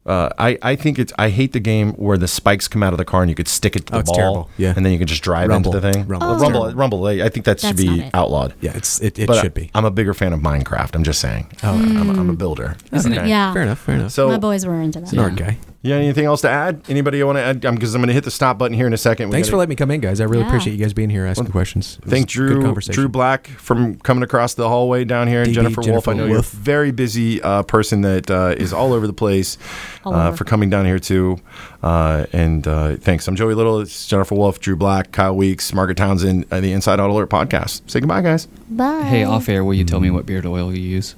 Uh, I, I think it's I hate the game where the spikes come out of the car and you could stick it to the
Oh, it's
ball
terrible. Yeah.
and then you can just drive
Rumble.
into the thing
Rumble.
Well,
Oh.
rumble rumble I I think that should
That's not
be
it.
outlawed
Yeah, it's it, it
But I-
should be.
I'm a bigger fan of Minecraft I'm just saying oh, I'm, a, I'm a builder
Isn't it?
Okay.
yeah,
Fair enough. Fair enough.
so
my boys were into that.
An art guy.
Yeah, anything else to add? Anybody want to add? Because I'm going to hit the stop button here in a second. We
Thanks
gotta
for letting me come in, guys. I really
Yeah.
appreciate you guys being here asking questions. It was
Thank
a Good
Drew
conversation.
Drew Black from coming across the hallway down here, and
DB,
Jennifer, Wolf.
Jennifer
I know
Wolf.
you're a very busy uh, person that uh, is all over the place
All
uh,
over.
for coming down here too. Uh, and uh, thanks. I'm Joey Little. It's Jennifer Wolf, Drew Black, Kyle Weeks, Margaret Townsend, uh, the Inside Auto Alert podcast. Say goodbye, guys.
Bye.
Mm.
hey, off air, will you tell me what beard oil you use?